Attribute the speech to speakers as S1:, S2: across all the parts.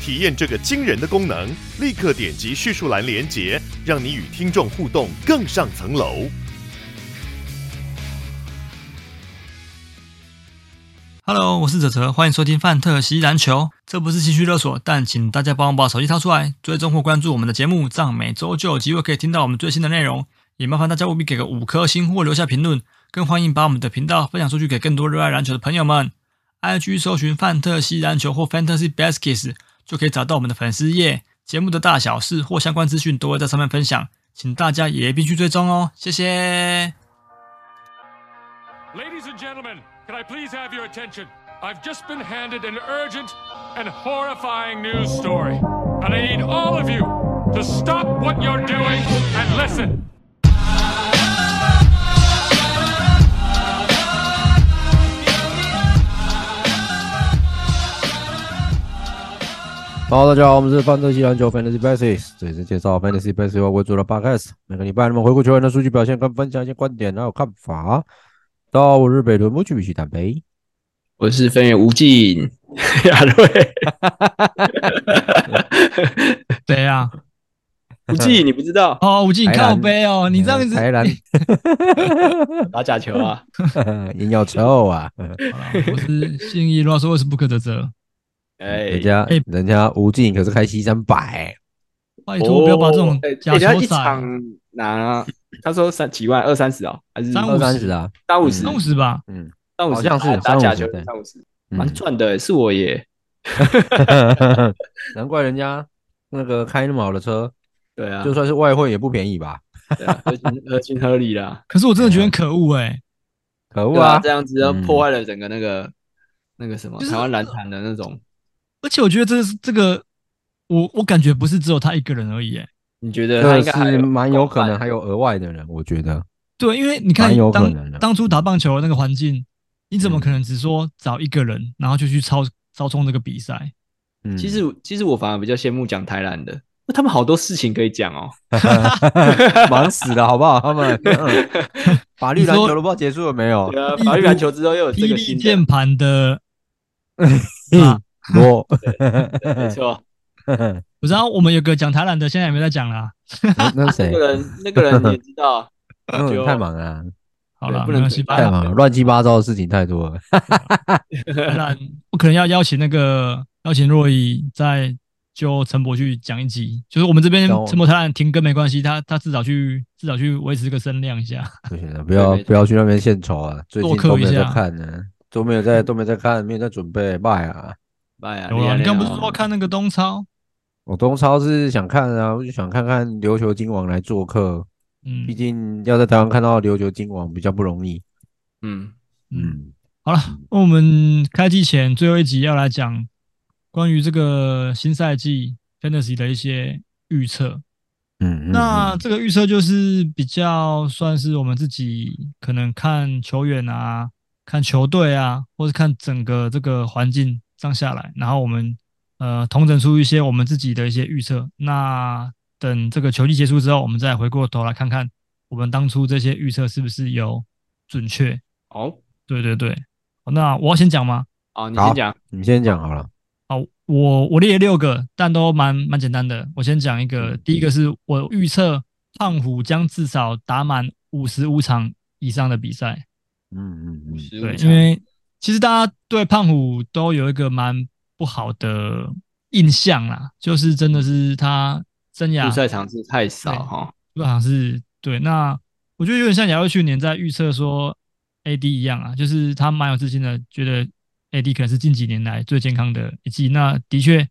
S1: 体验这个惊人的功能，立刻点击叙述栏连接，让你与听众互动更上层楼。
S2: Hello，我是哲哲，欢迎收听《范特西篮球》。这不是情绪勒索，但请大家帮我把手机掏出来，追踪或关注我们的节目，这样每周就有机会可以听到我们最新的内容。也麻烦大家务必给个五颗星或留下评论，更欢迎把我们的频道分享出去给更多热爱篮球的朋友们。IG 搜寻“范特西篮球”或 “Fantasy Baskets” 就可以找到我们的粉丝页，节目的大小事或相关资讯都会在上面分享，请大家也必须追踪哦，谢谢。
S3: Ladies and gentlemen, can I please have your attention? I've just been handed an urgent and horrifying news story. And I need all of you to stop what you're doing and listen.
S4: Hello，大家好，我们是范特西篮球 Fantasy Basis，这里是介绍 Fantasy Basis 为主的 Podcast。每个礼拜我们回顾球员的数据表现，跟分享一些观点还有看法。到我是北伦不去比西坦杯，
S5: 我是分员吴静 亚瑞。
S2: 对呀、
S5: 吴静，你不知道
S2: 哦，吴静
S4: 台南
S2: 靠背
S5: 啊
S2: 哦，你这样子
S4: 台 南
S5: 打假球啊？
S4: 赢要臭 啊！
S2: 好啦我是信义乱说，我是不可得责。
S5: 哎
S4: 人，家
S2: 哎
S4: 人家吴敬可是开西三百，
S2: 拜托，不要把这种
S5: 哦哎
S2: 假
S5: 人家
S2: 球
S5: 一
S2: 赛
S5: 场拿，他说三几万，二三十啊，还是
S2: 三
S4: 二
S2: 五
S4: 三十啊，
S5: 三五十，
S2: 弄死吧，
S4: 嗯，
S5: 三五
S4: 好
S5: 十，
S4: 像是
S5: 打打假球
S4: 三五十对
S5: 三五十，
S4: 嗯
S5: 蛮赚的，欸是我耶。
S4: 难怪人家那个开那么好的车，
S5: 对啊，
S4: 就算是外汇也不便宜吧？
S5: 对啊合情合情合理啦。
S2: 可是我真的觉得很可恶哎、
S4: 可恶
S5: 对啊，
S4: 啊
S5: 这！样子要
S4: 嗯
S5: 破坏了整个那个那个什么
S2: 就是
S5: 台湾篮坛的那种，
S2: 而且我觉得这是这个，我我感觉不是只有他一个人而已哎、
S5: 你觉得他
S4: 这
S5: 应该还
S4: 是
S2: 嗯
S4: 蛮有可能还
S5: 有
S4: 有额外的人，我觉得。
S2: 对，因为你看
S4: 蛮有可能的
S2: 当当初打棒球的那个环境，你怎么可能只说找一个人，然后就去操操纵这个比赛？
S4: 嗯
S5: 其实其实我反而比较羡慕讲台篮的，那他们好多事情可以讲哦。
S4: 忙死了，好不好？他们嗯法律篮球都不知道结束了没有
S5: 对？啊，
S2: 例
S5: 法律
S2: 如
S5: 篮球之后又有这
S2: 哦霹
S5: 个
S2: 雳
S5: 新的
S2: 键盘 的，
S4: 嗯
S2: 啊，
S4: 我
S5: 对没错，
S2: 我知道我们有个讲台篮的，现在也没在讲啦。
S4: 那谁
S5: 那？个人那个人你也知道，啊
S4: 那个
S5: 就
S4: 人太忙了，啊
S2: 好了，
S5: 对不
S2: 没
S5: 能
S2: 关系
S5: 嘴巴
S4: 太
S2: 吧？
S4: 忙了，乱七八糟的事情太多了。
S2: 不然我可能要邀请那个邀请若仪再就陈博去讲一集，就是我们这边
S4: 讲我
S2: 陈博台篮停更没关系，他他至少去至少去维持这个声量一下。
S4: 不行了，不要
S5: 没错
S4: 不要去那边献丑啊！最近
S2: 做客
S4: 都没有
S2: 一下
S4: 在看呢，都没有在都没有在看，没有在准备拜啊！
S5: 哎呀，
S2: 有了，你刚不是
S5: 厉害
S2: 说看那个东超？
S4: 我东超是想看啊，我就想看看琉球金王来做客，
S2: 嗯
S4: 毕竟要在台湾看到琉球金王比较不容易。
S5: 嗯，
S2: 嗯，
S4: 嗯，
S2: 好了，那我们开机前最后一集要来讲关于这个新赛季 Fantasy 的一些预测。
S4: 嗯嗯，
S2: 那
S4: 嗯
S2: 这个预测就是比较算是我们自己可能看球员啊、看球队啊，或是看整个这个环境上下来，然后我们呃统整出一些我们自己的一些预测。那等这个球季结束之后，我们再回过头来看看我们当初这些预测是不是有准确。
S5: 哦，
S2: 对对对，好那我要先讲吗？
S5: 哦，你
S4: 好
S5: 先讲，
S4: 你先讲好了。
S2: 好，我我列了六个，但都蛮蛮简单的。我先讲一个，第一个是我预测胖虎将至少打满五十五场以上的比赛。
S4: 嗯嗯嗯，
S2: 对，
S5: 对
S2: 因为其实大家对胖虎都有一个蛮不好的印象啦，就是真的是他生涯
S5: 入赛场次太少
S2: 对
S5: 哈，
S2: 入场是对。那我觉得有点像亚瑞去年在预测说 AD 一样啊，就是他蛮有自信的，觉得 AD 可能是近几年来最健康的一季。那的确，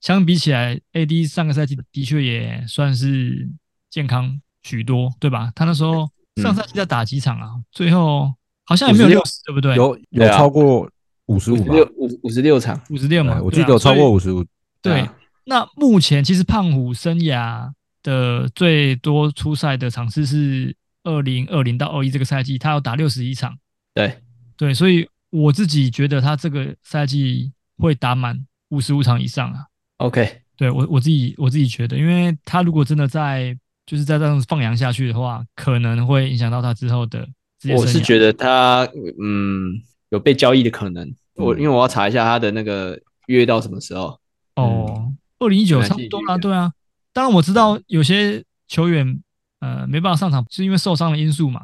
S2: 相比起来，AD 上个赛季的确也算是健康许多，对吧？他那时候
S5: 嗯
S2: 上赛季在打几场啊？最后好像也没有六
S5: 56
S2: 十，对不对？
S4: 有有
S5: 对啊
S4: 超过五十五
S5: 五十
S4: 吧？
S5: 六五五十六场，
S2: 五十六嘛
S4: 哎对，我
S2: 对
S4: 记
S2: 啊
S4: 得有超
S2: 所以
S4: 过五十五。
S2: 对
S5: 啊，
S2: 那目前其实胖虎生涯的最多出赛的场次是二零二零到二一这个赛季，他要打六十一场。
S5: 对，
S2: 对，所以我自己觉得他这个赛季会打满五十五场以上啊。
S5: OK，
S2: 对我我自己我自己觉得，因为他如果真的在就是在这样子放羊下去的话，可能会影响到他之后的职业
S5: 我
S2: 生涯。
S5: 是觉得他嗯有被交易的可能。我
S2: 嗯
S5: 因为我要查一下他的那个约到什么时候。
S2: 哦，
S5: 嗯
S2: 二零一九
S5: 本来
S2: 差
S5: 是
S2: 不
S5: 一
S2: 多
S5: 个
S2: 啦，对啊。当然我知道有些球员呃没办法上场，是因为受伤的因素嘛，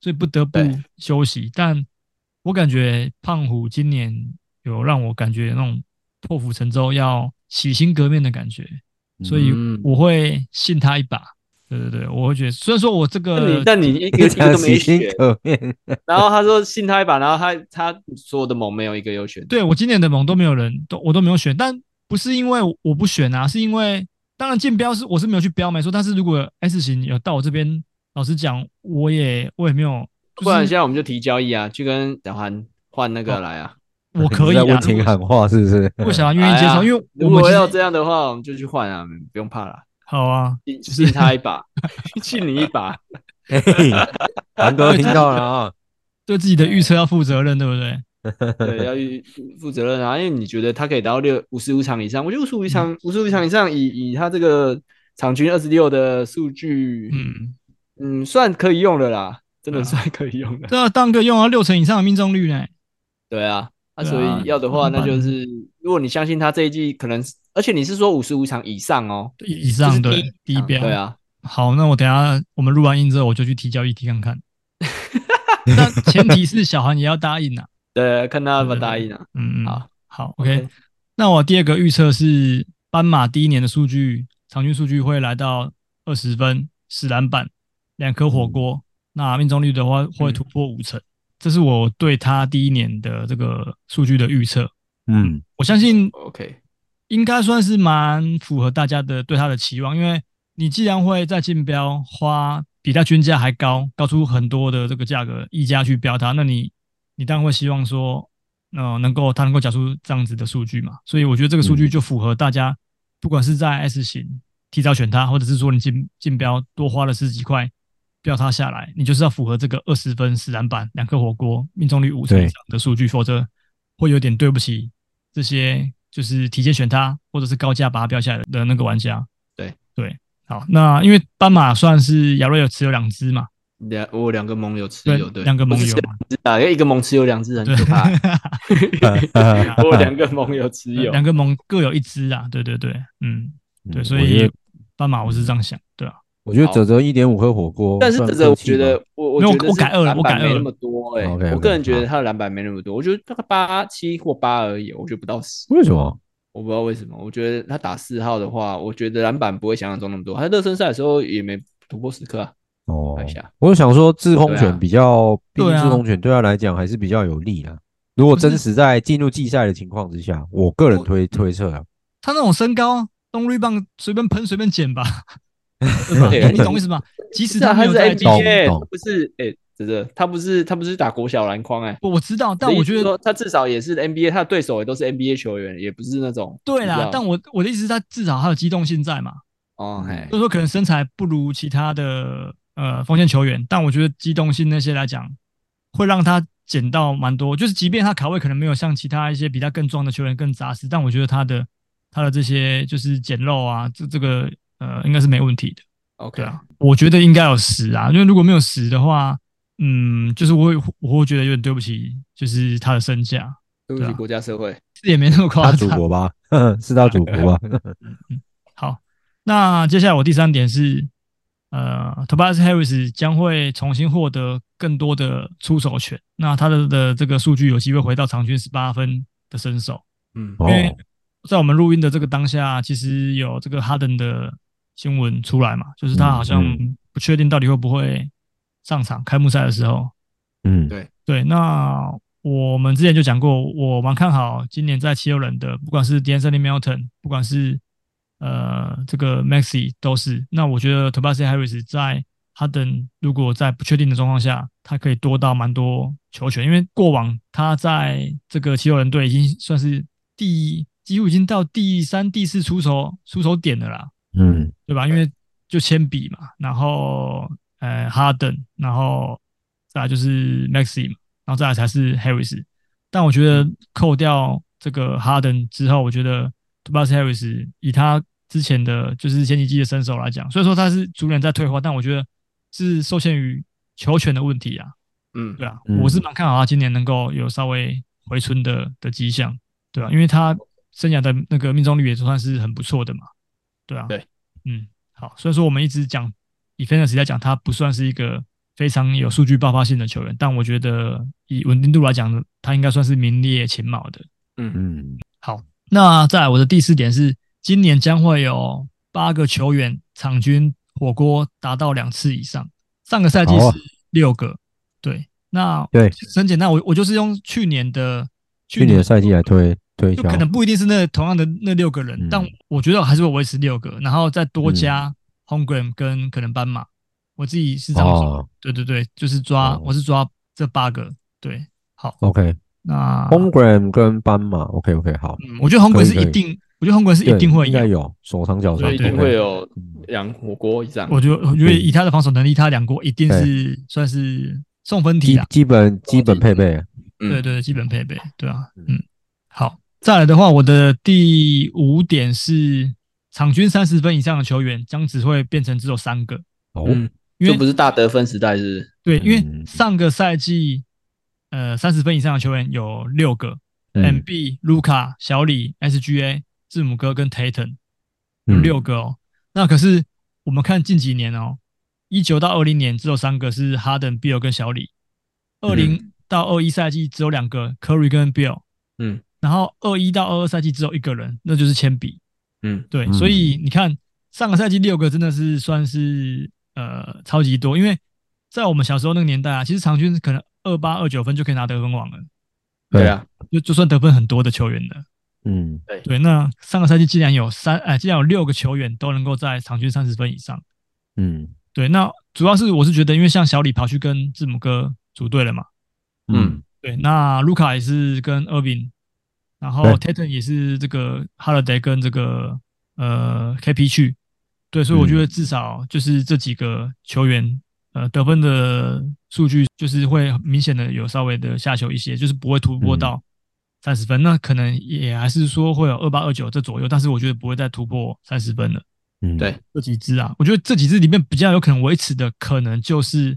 S2: 所以不得不
S5: 对
S2: 休息。但我感觉胖虎今年有让我感觉有那种破釜沉舟、要洗心革面的感觉，所 以
S5: 嗯
S2: 我会信他一把。对对对，我会觉得，虽然说我这
S5: 那你
S2: 个
S5: 但你 一个一个
S4: 讲
S5: 都没
S4: 洗心
S5: 选，
S4: 革面，
S5: 然后他说信他一把，然后他他所有的盟没有一个有选。
S2: 对我今年的盟都没有人都我都没有选，但不是因为我不选啊，是因为当然竞标是我是没有去标没错，但是如果 S 型有到我这边，老实讲，我也我也没有，
S5: 不然
S2: 就
S5: 现
S2: 是哦
S5: 在我们就提交易啊，去跟小韩换那个来啊。
S2: 我可以
S4: 你在
S2: 啊
S4: 温，情喊话是不是？
S2: 如果小兰愿意接
S5: 哎呀
S2: 受，因为我
S5: 如
S2: 们
S5: 果
S2: 其
S5: 要
S2: 实
S5: 这样的话，我们就去换啊，不用怕啦，
S2: 好啊，
S5: 信信 他一把，信你一 把。
S4: 嘿
S2: 啊
S4: 韩哥听到了啊，
S2: 对自己的预测要负责任，对不对？
S5: 对，要去负责任啊，因为你觉得他可以达到六五十五场以上，我觉得五十五场五十五场以上以，以他这个场均二十六的数据，
S2: 嗯，
S5: 嗯算可以用的啦，真
S2: 对
S5: 的
S2: 啊
S5: 算可以用的。
S2: 这要当个用到六成以上的命中率呢，
S5: 对啊，那、
S2: 对
S5: 所
S2: 啊
S5: 以要的话，
S2: 很
S5: 那
S2: 棒
S5: 就是如果你相信他这一季可能是，而且你是说五十五场以上哦，
S2: 对以
S5: 就
S2: 上
S5: 是
S2: 对第一
S5: 场
S2: 标，
S5: 对。啊，
S2: 好，那我等一下我们录完音之后，我就去提交议题看 看。但前提是小韩也要答应啊。
S5: 对，看他要不要
S2: 对对
S5: 答
S2: 对
S5: 应啊。
S2: 嗯，嗯
S5: 好，
S2: 好，OK。那我第二个预测是斑马第一年的数据，场均数据会来到二十分、十篮板、两颗火锅。那命中率的话会突破五成，这是我对他第一年的这个数据的预测。
S4: 嗯，
S2: 我相信
S5: OK，
S2: 应该算是蛮符合大家的对他的期望，因为你既然会在竞标花比他均价还高，高出很多的这个价格溢价去标他，那你你当然会希望说，呃，能够他能够讲出这样子的数据嘛，所以我觉得这个数据
S4: 嗯
S2: 就符合大家，不管是在 S 型提早选他，或者是说你竞竞标多花了十几块标他下来，你就是要符合这个二十分、十篮板、两颗火锅、命中率五成以
S4: 对
S2: 上的数据，否则会有点对不起这些就是提前选他或者是高价把他标下来的那个玩家。
S5: 对
S2: 对，好，那因为斑马算是亚瑞有持有两只嘛，
S5: 两我有两个盟友持
S2: 对
S5: 有，，对，
S2: 两个盟
S5: 不
S2: 友
S5: 是
S2: 嘛，
S5: 啊，因为一个盟持有两只很
S2: 对
S5: 可 怕。 我有两个盟友持
S2: 对
S5: 有，
S2: 两个盟各有一只啊，对对对，嗯，对，
S4: 嗯
S2: 所
S4: 我觉
S2: 以
S4: 得
S2: 斑马我是这样想，对啊，
S4: 我觉得泽泽一点五颗火锅，
S5: 但是
S4: 算
S5: 这个我
S4: 客气
S5: 觉
S4: 吧
S5: 得我
S2: 没有
S5: 我觉得
S2: 我
S5: 是
S2: 改二了
S5: 篮
S2: 我改二
S5: 板没那
S2: 了
S5: 么多哎、
S4: 哦 OK，OK，
S5: 我个人觉得
S4: 好
S5: 他的篮板没那么多，我觉得大概八七或八而已，我觉得不到十，
S4: 为什么？
S5: 我不知道为什么，我觉得他打四号的话，我觉得篮板不会想象中那么多，他热身赛的时候也没突破十颗啊，
S4: 哦
S5: 看一下，
S4: 我想说制空
S5: 对啊
S4: 权比较，毕
S2: 对
S4: 竟
S2: 啊
S4: 制空权对他来讲还是比较有利啊。如果
S2: 不是
S4: 真实在进入季赛的情况之下，我个人推推测啊，
S2: 他那种身高，动力棒随便喷随便捡吧， 对吧
S5: 对
S2: 你懂我意思吧？即使
S5: 不是啊
S2: 他没
S5: 他
S2: 有
S5: 是
S2: 在进行，
S5: NBA，
S4: 懂懂
S5: 他不是哎，真的他不是他不是打国小篮筐哎、
S2: 我我知道，但我觉
S5: 只是
S2: 得
S5: 说他至少也是 NBA，他的对手也都是 NBA 球员，也不是啊那种
S2: 对
S5: 你知
S2: 啦
S5: 道，
S2: 但我我的意思是，他至少还有机动性在嘛，
S5: 哦嘿
S2: 就是说可能身材不如其他的呃锋线球员，但我觉得机动性那些来讲，会让他捡到蛮多。就是即便他卡位可能没有像其他一些比他更壮的球员更扎实，但我觉得他的他的这些就是捡漏啊，这这个呃应该是没问题的。
S5: ，OK
S2: 对啊，我觉得应该有十啊，因为如果没有十的话，嗯，就是我会我会觉得有点对不起，就是他的身价，
S5: 对不
S2: 对啊
S5: 起国家社会，
S2: 这也没那么夸
S4: 他祖
S2: 张。
S4: 国吧， 是他祖国吧？
S2: 好，那接下来我第三点是，呃，Tobias Harris 将会重新获得更多的出手权，那他的的这个数据有机会回到场均十八分的身手。
S5: 嗯
S4: 哦
S2: 因，为在我们录音的这个当下，其实有这个哈登的新闻出来嘛，就是他好像
S4: 嗯
S2: 不确定到底会不会上场，开幕赛的时候。
S4: 嗯
S5: 对
S2: 对，那我们之前就讲过，我蛮看好今年在七六人的，不管是 d a n c e l Milton，不管是呃这个 Maxi 都是。那我觉得 Tobias Harris 在哈登如果在不确定的状况下，他可以多到蛮多球权，因为过往他在这个七六人队已经算是第一几乎已经到第三、第四出手出手点了啦，
S4: 嗯，
S2: 对吧？因为就铅笔嘛，然后呃哈登，然后再来就是 Maxi 嘛，然后再来才是 Harris。但我觉得扣掉这个哈登之后，我觉得 Tobias Harris 以他之前的就是前几季的身手来讲，虽然说他是逐年在退化，但我觉得是受限于球权的问题啊。
S5: 嗯，
S2: 对啊，
S4: 嗯
S2: 我是蛮看好他今年能够有稍微回春的的迹象，对啊，因为他生涯的那个命中率也算是很不错的嘛，对啊，
S5: 对，
S2: 嗯，好，虽然说我们一直讲以 fantasy 来讲，他不算是一个非常有数据爆发性的球员，但我觉得以稳定度来讲，他应该算是名列前茅的。
S4: 嗯，
S2: 好，那再来我的第四点是，今年将会有八个球员场均火锅达到两次以上，上个赛季
S4: 好啊
S2: 是六个，对，那
S4: 对
S2: 其实很简单，我我就是用去年的
S4: 去年的赛季来推推
S2: 就
S4: 敲
S2: 可，能不一定是那同样的那六个人，
S4: 嗯
S2: 但我觉得还是会维持六个，然后再多加 Homegram 跟可能斑马，我自己是这样说，
S4: 哦
S2: 对对对，就是抓、
S4: 哦
S2: 我是抓这八个，对，好，
S4: ，OK，
S2: 那
S4: Homegram 跟斑马，OK OK，好，
S2: 嗯，我觉得 Homegram
S4: 可以
S2: 是
S4: 可以
S2: 一定，我觉得 Homegram 是
S4: 对
S2: 一定会
S4: 应
S2: 赢
S4: 该。有手长脚
S5: 所
S4: 长，
S5: 以一定会有两火锅以上。
S2: 我觉得，我觉得以他的防守能力，他两国一定
S4: 啊对
S2: 是算是送分题
S4: 基
S2: 啦。
S4: 基本基本配备，啊
S5: 嗯
S2: 对对，基本配备，对啊，嗯，好。再来的话，我的第五点是，场均三十分以上的球员将只会变成只有三个，
S4: 哦，
S5: 嗯，
S2: 因
S5: 就不
S2: 为
S5: 是大得分时代是
S2: 对，因为
S4: 嗯
S2: 上个赛季，呃，三十分以上的球员有六个
S4: 嗯
S2: ，MB、卢卡、小李、SGA、字母哥跟 Tatum，有
S4: 嗯
S2: 六个哦。那可是我们看近几年哦，一九到二零年只有三个是哈登、比尔跟小李，二零到二一赛季只有两个 Curry 跟 Bill，
S5: 嗯，
S2: 然后二一到二二赛季只有一个人，那就是铅笔，
S5: 嗯，
S2: 对，
S4: 嗯
S2: 所以你看上个赛季六个真的是算是呃超级多，因为在我们小时候那个年代啊，其实场均可能二八二九分就可以拿得分王了，
S5: 对啊，
S2: 就就算得分很多的球员了。
S4: 嗯
S2: 对，那上个赛季既然有三，哎，既然有六个球员都能够在场均三十分以上，
S4: 嗯
S2: 对，那主要是我是觉得，因为像小李跑去跟字母哥组队了嘛，
S4: 嗯
S2: 对，那卢卡也是跟 Irving，然后
S4: 对
S2: Tatum 也是这个 Holiday 跟这个呃 KP 去，对，所以我觉得至少就是这几个球员，呃，得分的数据就是会明显的有稍微的下修一些，就是不会突破到三十分，那可能也还是说会有二八二九这左右，但是我觉得不会再突破三十分了。
S4: 嗯，
S5: 对
S2: 这几支啊，我觉得这几支里面比较有可能维持的，可能就是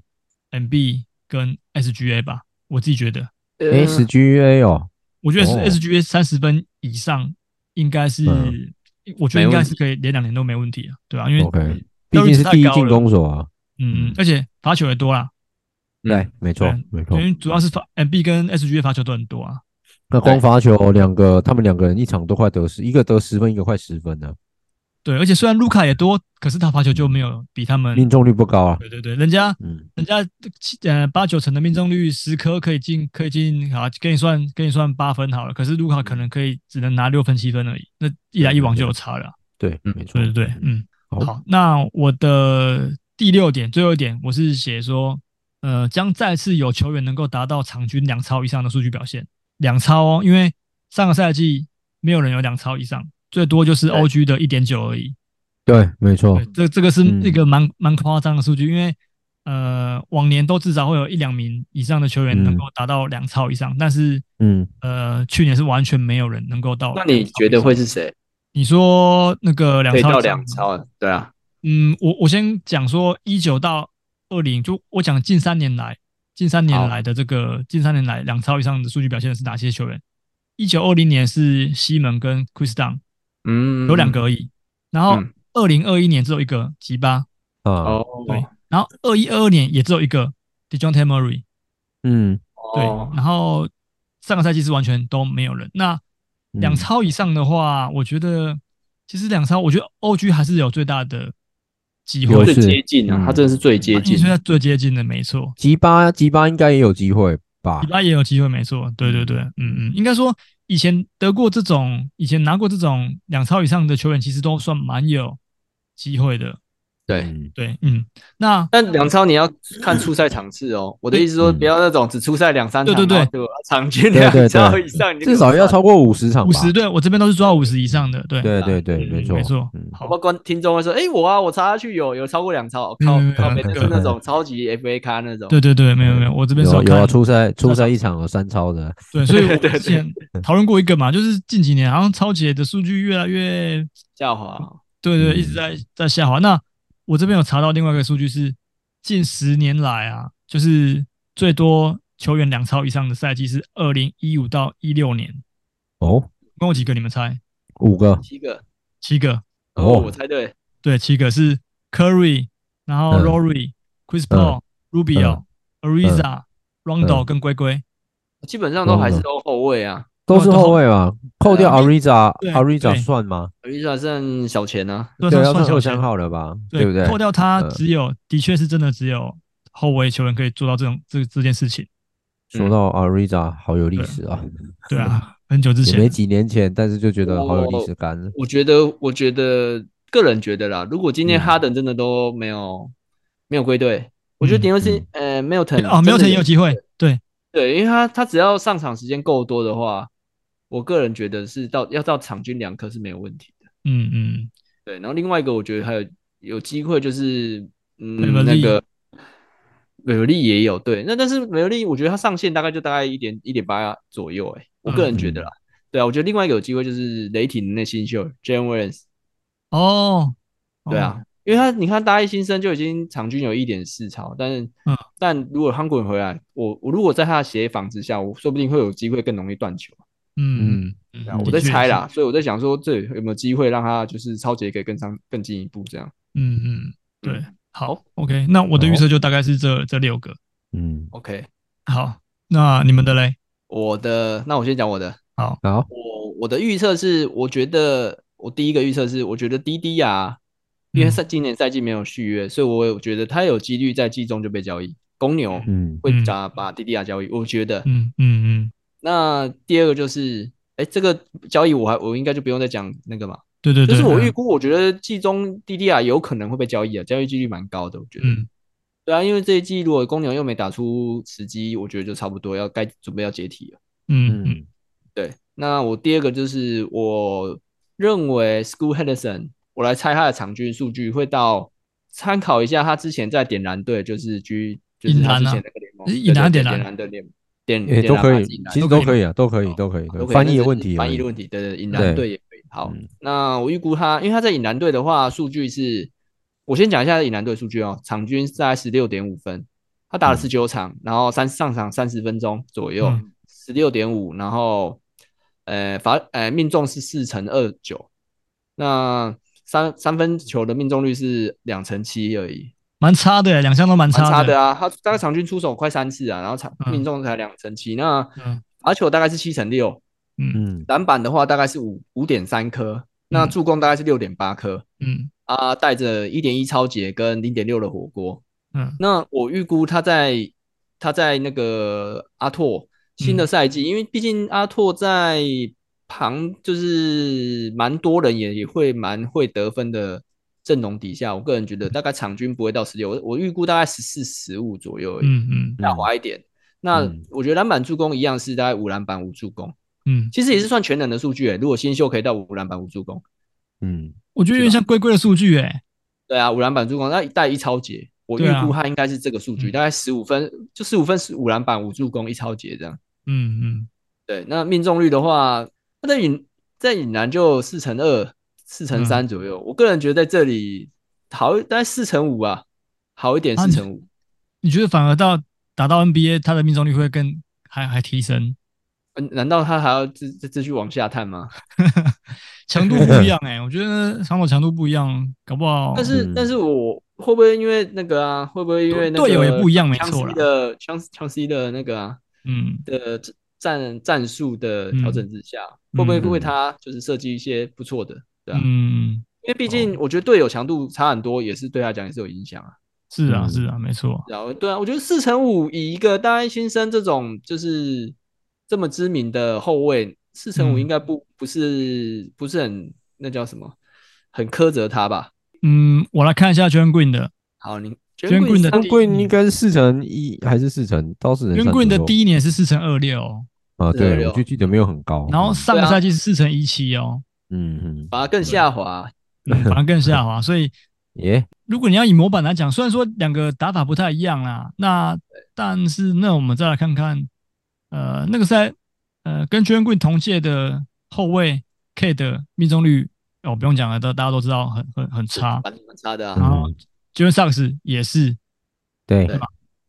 S2: MB 跟 SGA 吧，我自己觉得。
S5: 呃
S4: ，SGA 哦，
S2: 我觉得是
S4: 哦
S2: SGA 三十分以上，应该是、
S4: 嗯
S2: 我觉得应该是可以连两年都没问题啊，对吧、因为
S4: OK，毕竟是第一进攻手啊，
S2: 嗯，而且罚球也多啦，
S5: 嗯
S4: 对，没错
S2: 对
S4: 没错
S2: 因。为主要是罚 MB 跟 SGA 罚球都很多啊，
S4: 那光罚球两个，他们两个人一场都快得十，一个得十分，一个快十分啊呢，
S2: 对，而且虽然卢卡也多，可是他罚球就没有比他们，
S4: 命中率不高啊。
S2: 嗯对对对，人家
S4: 嗯
S2: 人家七呃八九成的命中率，十颗可以进可以进，好啊，给你算给你算八分好了，可是卢卡可能可以只能拿六分七分而已，那一来一往就有差了啊，
S4: 对，没错。
S2: 对对对，嗯。
S4: 好
S2: 好，那我的第六点，最后一点，我是写说，呃，将再次有球员能够达到场均两超以上的数据表现，两超哦，因为上个赛季没有人有两超以上，最多就是
S5: 对哦
S2: OG 的一点九而已。
S4: 对，没错
S2: 对，。这这个是
S4: 嗯
S2: 一个蛮蛮夸张的数据，因为呃，往年都至少会有一两名以上的球员能
S4: 嗯
S2: 够达到两超以上，但是
S4: 嗯，
S2: 呃，去年是完全没有人能够到。
S5: 那你觉得会？是谁
S2: 你说那个两
S5: 可以
S2: 超以上
S5: 到两
S2: 吗
S5: 超啊？对啊，
S2: 嗯，我我先讲说一九到二零，就我讲近三年来，近三年
S5: 好
S2: 来的这个近三年来两超以上的数据表现的是哪些球员？一九二零年是西蒙跟 Chris Dunn
S5: 嗯，
S2: 有两个而已，然后
S5: 嗯
S2: 二零二一年只有一个吉巴，
S4: 啊，
S5: 哦，
S2: 对，然后二一二二年也只有一个 Dejounte Murray，
S4: 嗯，
S2: 对，
S5: 哦
S2: 然后上个赛季是完全都没有人。那两
S4: 嗯
S2: 超以上的话，我觉得其实两超，我觉得 OG 还是有最大的机
S4: 有
S2: 会
S5: 最
S4: 是
S5: 接近啊，
S4: 嗯
S5: 他真的是最接近
S2: 你。说他最接近的没错，
S4: 吉巴吉巴应该也有机会吧
S2: 迪？巴也有机会没错，对对对，嗯嗯，应该说以前得过这种，以前拿过这种两超以上的球员，其实都算蛮有机会的，
S5: 对，
S4: 嗯，
S2: 对，嗯，那
S5: 但梁超你要看出赛场次哦。我的意思说，
S4: 嗯
S5: 不要那种只出赛两三
S2: 对
S5: 场，
S2: 对对
S5: 然后就场均
S4: 对对对
S5: 两超以上，你就
S4: 至少要超过五十场吧。
S2: 五十，对我这边都是抓五十以上的，对，
S4: 对对对，
S2: 嗯
S4: 没错
S2: 没错
S4: 嗯，
S5: 好
S2: 好
S5: 吧，观听众会说，哎，我啊，我查下去有有超过两超，哦靠
S2: 嗯
S5: 靠，没的
S2: 对
S5: 是那种超级 FA 咖那种。
S2: 对对对，没有没有，我这边是
S4: 有有啊，
S2: 看，
S4: 初赛初赛一场有三超的，
S2: 对， 所以我
S5: 对对
S2: 之前讨论过一个嘛，就是近几年好像超姐的数据越来越
S5: 下滑，
S2: 对对，
S4: 嗯
S2: 一直在在下滑。那我这边有查到另外一个数据是，近十年来啊，就是最多球员两超以上的赛季是二零一五到一六年，
S4: 哦，
S2: 一共有几个？你们猜？
S4: 五个
S5: 七个，
S2: 七个，
S5: 哦，
S4: 哦
S5: 我猜对，
S2: 对，七个是 Curry，然后
S4: 嗯
S2: Rory、Chris Paul、Rubio、Ariza、Rondo
S4: 嗯
S2: 跟龟龟。
S5: 基本上都
S2: 哦
S5: 还是都后卫啊，
S4: 都是后卫嘛，扣掉
S5: 对
S4: Ariza
S2: 对
S4: Ariza
S2: 对
S4: 算吗？
S5: 预算剩小钱啊，
S2: 对
S4: 对，
S2: 算
S4: 要
S2: 算
S4: 看后
S2: 小前
S4: 枪好了吧，对不对？
S2: 扣掉他，
S4: 嗯
S2: 只有、的确是真的只有后卫球员可以做到这种这这件事情。
S4: 说到 Ariza 好有历史啊，
S2: 对啊，很久之
S4: 也
S2: 前
S4: 没几年前，但是就觉得好有历史感。
S5: 我觉得，我觉得个人觉得啦，如果今天
S4: 嗯
S5: 哈登真的都没有、没有归队，我觉得
S2: 嗯
S5: 顶多是呃没有腾
S2: 哦，没有成也有机会。对，
S5: 对，因为他他只要上场时间够多的话，我个人觉得是到要到场均两颗是没有问题的。
S2: 嗯嗯，
S5: 对，然后另外一个我觉得还有有机会就是
S2: 美
S5: 嗯
S2: 文
S5: 那
S2: 利
S5: 个美文利也有对，那但是美文利我觉得他上限大概就大概一点一点八左右、欸，我个人觉
S2: 嗯
S5: 得啦。对啊，我觉得另外一个有机会就是雷霆的那新秀 j a m e n s
S2: 哦，
S5: 对
S2: 哦
S5: 啊，，因为他你看大一新生就已经场均有一点四超，但是、
S2: 嗯
S5: 但如果韩国人回来，我我如果在他的协防之下，我说不定会有机会更容易断球。
S2: 嗯
S4: 嗯，
S2: 嗯
S5: 对啊
S2: 嗯
S5: 我在
S2: 的确
S5: 猜
S2: 是
S5: 啦，所以我在想说这有没有机会让他就是超级可以更上更进一步这样。
S2: 嗯嗯，对
S5: 嗯，
S2: 好，OK，那我的预测就大概是这这六个。
S4: 嗯，
S5: OK，
S2: 好，那你们的嘞？
S5: 我的那我先讲我的，
S4: 好，
S5: 我我的预测是，我觉得我第一个预测是，我觉得滴滴啊，因为
S2: 嗯
S5: 赛今年赛季没有续约，所以我有觉得他有几率在季中就被交易，公牛
S4: 嗯
S5: 会
S2: 嗯
S5: 把把滴滴啊交易，我觉得，
S2: 嗯嗯嗯，
S5: 那第二个就是，哎，这个交易我还我应该就不用再讲那个嘛，
S2: 对对
S5: 就
S2: 对，
S5: 是我预
S2: 嗯
S5: 估，我觉得季中 DDR 有可能会被交易啊，交易几率蛮高的，我觉得。
S2: 嗯
S5: 对啊，因为这一季如果公牛又没打出时机，我觉得就差不多要该准备要解体了。
S2: 嗯嗯
S4: 嗯
S5: 对，那我第二个就是我认为 School Henderson，我来猜他的场均数据会到参考一下他之前在点燃队，就是 G，就是
S2: 引
S5: 他
S2: 燃
S5: 之
S2: 啊
S5: 前那个联盟，
S2: 是
S5: 对
S2: 引燃
S5: 对
S2: 点
S5: 对
S2: 燃
S5: 燃的联点
S4: 也
S5: 点
S4: 都
S5: 燃
S4: 可
S5: 他
S4: 以
S5: 自己，拿
S4: 其实
S5: 的
S4: 都可以啊，都可以，都可以，
S5: 都可以
S4: 翻译
S5: 那
S4: 的
S5: 是
S4: 问题而已，
S5: 翻译的问题，对对，引
S4: 对
S5: 燃队也可以。好
S4: 嗯，
S5: 那我预估他，因为他在引燃队的话，数据是，我先讲一下引燃队的数据哦，场均大概十六点五分，他打了十九场，然后三上场三十分钟左右
S2: 嗯，
S5: 十六点五，然后呃罚呃命中是四乘二九，那三三分球的命中率是两成七而已，
S2: 蛮差的耶，两项都蛮
S5: 蛮差
S2: 的
S5: 的。啊，他大概场均出手快三次啊，然后场
S2: 嗯
S5: 命中才两成七，那
S2: 嗯
S5: 罚球大概是七乘六。
S2: 嗯
S4: 嗯
S5: 篮板的话大概是五五点三颗，那助攻大概是六点八颗
S2: 嗯
S5: 啊，带着一点一超节跟零点六的火锅。
S2: 嗯
S5: 那我预估他在他在那个阿拓
S2: 嗯
S5: 新的赛季，因为毕竟阿拓在旁就是蛮多人也也会蛮会得分的阵容底下，我个人觉得大概场均不会到十六，我我预估大概十四十五左右而已，
S2: 嗯嗯
S5: 下滑一点。那
S4: 嗯
S5: 我觉得篮板助攻一样是大概五篮板五助攻。
S2: 嗯，
S5: 其实也是算全能的数据、欸。如果新秀可以到五篮板、五助攻，
S4: 嗯，
S2: 我觉得有点像龟龟的数据诶。
S5: 对啊，五篮板、助攻，那一带一超节，我预
S2: 对啊
S5: 估他应该是这个数
S2: 嗯
S5: 据，大概十五分，就十五分、十五篮板、五助攻、一超节这样。
S2: 嗯嗯
S5: 对，那命中率的话，他在引在引南就四乘二、四乘
S2: 嗯
S5: 三左右。我个人觉得在这里好，大概四乘五啊，好一点，
S2: 啊
S5: 四
S2: 你
S5: 乘五。
S2: 你觉得反而到达到 NBA，他的命中率会更还还提升，
S5: 嗯难道他还要继继继续往下探吗？
S2: 强度不一 样诶。我觉得防守强度不一样，搞不好
S5: 但是
S4: 嗯，
S5: 但是我会不会因为那个啊？会不会因为那个
S2: 队友也不一样没
S5: 枪
S2: 错
S5: C
S2: 啦
S5: 的枪枪 C 的那个啊？
S2: 嗯
S5: 的战战术的调整之下，会不会为他就是设计一些不错的，对啊？
S2: 嗯
S5: 因为毕竟我觉得队友强度差很多，也是对他讲也是有影响啊。
S2: 是啊
S4: 嗯
S2: 是啊没错。
S5: 然后对啊，我觉得四乘五以一个大一新生这种就是这么知名的后卫，四乘五
S2: 嗯
S5: 应该不不是不是很那叫什么，很苛责他吧？
S2: 嗯，我来看一下 John Green 的
S5: 好，你
S2: Jalen Green 的
S5: 上
S4: 中
S5: 季
S4: 棍应该是四乘一还是四乘？到四乘
S2: John
S4: 三
S2: Green 的
S4: 左右
S2: 第一年是四乘二六哦，
S4: 啊，对，
S5: 4.26
S4: 我就记得没有很高。
S2: 然后上个
S5: 对啊
S2: 赛季是四乘一七哦，
S4: 嗯嗯，
S5: 反而更下滑，
S2: 嗯，反而更下滑。所以
S4: 耶，
S2: 如果你要以模板来讲，虽然说两个打法不太一样啦，那但是那我们再来看看，呃，那个赛，呃，跟 John Green 同届的后卫 K 的命中率，哦，不用讲了，都大家都知道很很很差。嗯
S5: 蛮蛮差的
S2: 然
S5: 啊。
S2: 后 j o h n Sucks 也是，
S4: 对
S5: 对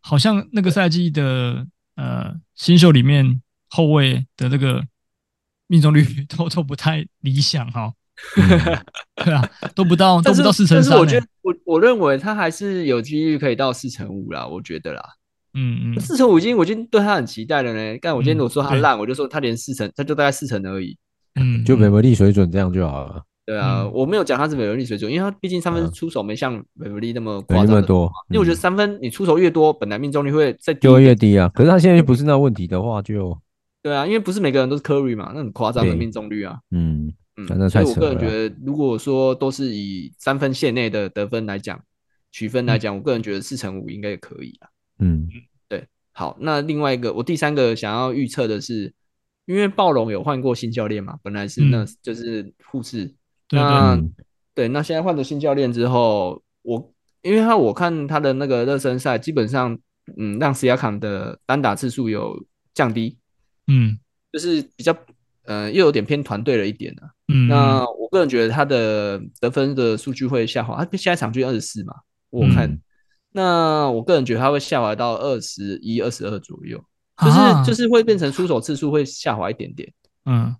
S2: 好像那个赛季的呃新秀里面后卫的这个命中率都 都不太理想哈、哦，
S4: 嗯
S2: 对啊，都不到都
S5: 但
S2: 不
S5: 是
S2: 到四成
S5: 但是
S2: 三、欸，
S5: 我觉得我我认为他还是有几率可以到四乘五啦，我觉得啦。
S2: 嗯嗯，
S5: 四乘五已经我已经对他很期待了呢。但我今天
S2: 嗯
S5: 我说他
S2: 对
S5: 烂，我就说他连四成，他就大概四成而已。
S2: 嗯，
S4: 就美美利水准这样就好了，
S5: 对啊，
S2: 嗯
S5: 我没有讲他是美文利水准，因为他毕竟三分
S4: 嗯
S5: 出手没像美文利那么
S4: 没
S5: 夸
S4: 那
S5: 张
S4: 么
S5: 的。
S4: 多。
S5: 因为我觉得
S4: 嗯
S5: 三分你出手越多，本来命中率会再低
S4: 就。会越低啊。可是他现在不是那问题的话，就
S5: 对啊，因为不是每个人都是 Curry 嘛，那很夸张的
S4: 对
S5: 命中率啊。
S4: 嗯，
S5: 嗯
S4: 真的，
S5: 所
S4: 太
S5: 以我
S4: 扯
S5: 个人
S4: 了
S5: 觉得，如果说都是以三分线内的得分来讲，取分来讲，我个人觉得四乘五应该也可以啊。
S4: 嗯，
S5: 好，那另外一个，我第三个想要预测的是，因为暴龙有换过新教练嘛，本来是
S2: 嗯
S5: 那就是护士，
S2: 对对
S5: 那
S4: 嗯
S5: 对，那现在换了新教练之后，我因为他我看他的那个热身赛，基本上嗯让斯亚坎的单打次数有降低，
S2: 嗯
S5: 就是比较呃又有点偏团队了一点啊。
S2: 嗯，
S5: 那我个人觉得他的得分的数据会下滑，他现在场均二十四嘛，我看，
S4: 嗯
S5: 那我个人觉得他会下滑到二十一、二十二左右，就是、
S2: 啊
S5: 就是会变成出手次数会下滑一点点，
S2: 嗯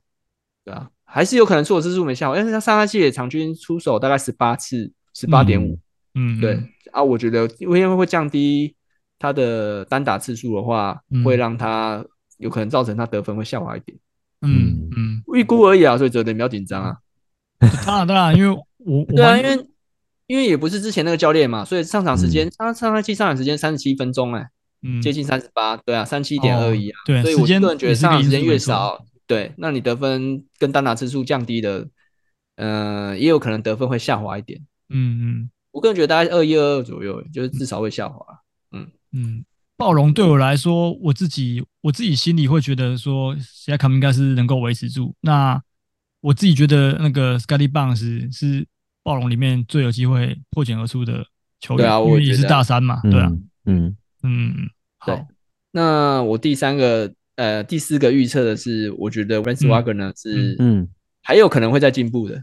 S5: 对啊，还是有可能出手次数没下滑，但是他上赛季也场均出手大概十八次，十八点五，
S2: 嗯
S5: 对
S2: 嗯
S5: 啊，我觉得因为会降低他的单打次数的话，
S2: 嗯
S5: 会让他有可能造成他得分会下滑一点，
S2: 嗯嗯，
S5: 预估而已啊，所以觉得你不要紧张啊。
S2: 当然当然，因为我我
S5: 对啊，
S2: 们
S5: 因为因为也不是之前那个教练嘛，所以上场时间，他上赛季上场时间三十七分钟，哎，
S2: 嗯哦
S5: 接近三十八，对啊，三七点二一啊，
S2: 对
S5: 所以
S2: 时
S5: 我
S2: 间
S5: 个人觉
S2: 也
S5: 得
S2: 是个
S5: 上场时
S2: 因
S5: 间
S2: 素
S5: 越
S2: 没错
S5: 少，对，那你得分跟单打次数降低的，呃，也有可能得分会下滑一点。
S2: 嗯嗯
S5: 我个人觉得大概二一二二左右，就是至少会下滑。
S2: 嗯，暴龙对我来说，我自己我自己心里会觉得说，史亚卡应该是能够维持住。那我自己觉得那个 Scotty b o u n c e 是暴龙里面最有机会破茧而出的球员，
S5: 对啊我
S2: 因为也
S5: 觉
S2: 是
S5: 得
S2: 大三嘛，对啊，
S4: 嗯，
S2: 嗯，好
S5: 对，那我第三个，呃，第四个预测的是，我觉得 Vance Wagner 呢是
S4: 嗯嗯，
S5: 还有可能会再进步的，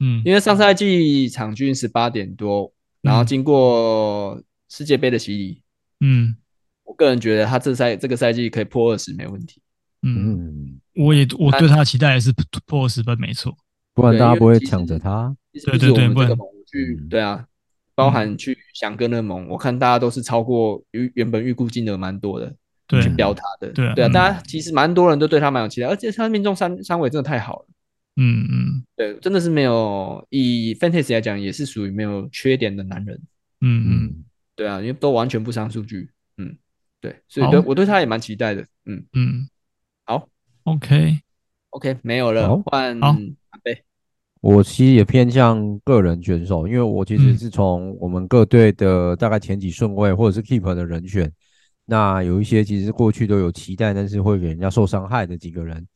S2: 嗯
S5: 因为上赛季场均十八点多，然后经过世界杯的洗礼，
S2: 嗯
S5: 我个人觉得他这赛这个赛季可以破二十没问题。
S2: 嗯，
S4: 嗯，
S2: 我也我对他的期待也是突破十分，没错，
S4: 不然
S5: 对
S4: 大
S5: 因
S4: 家
S5: 为
S4: 不会
S5: 其实
S4: 抢着他。
S5: 其实
S2: 对
S5: 不止
S2: 对
S5: 我
S2: 对
S5: 们
S2: 不
S5: 这个
S2: 然
S5: 盟去
S4: 嗯
S5: 对啊，包含去想跟的盟，我看大家都是超过原原本预估金额蛮多的，
S2: 对，
S5: 去标他的。
S2: 对啊
S5: 对啊，
S4: 嗯
S5: 大家其实蛮多人都对他蛮有期待，而且他命中三三围真的太好了。
S2: 嗯嗯
S5: 对，真的是没有以 fantasy 来讲，也是属于没有缺点的男人。
S2: 嗯嗯。
S4: 嗯，
S5: 对啊，因为都完全不伤数据。嗯，对，所以
S2: 好
S5: 对我对他也蛮期待的。嗯
S2: 嗯，
S5: 好
S2: ，OK，
S5: ，OK，没有了
S4: 好，
S5: 换
S2: 好
S5: 阿贝。
S4: 我其实也偏向个人选手，因为我其
S5: 嗯
S4: 实是从我们各队的大概前几顺位或者是 keeper 的人选，那有一些其实过去都有期待，但是会给人家受伤害的几个人，
S5: 嗯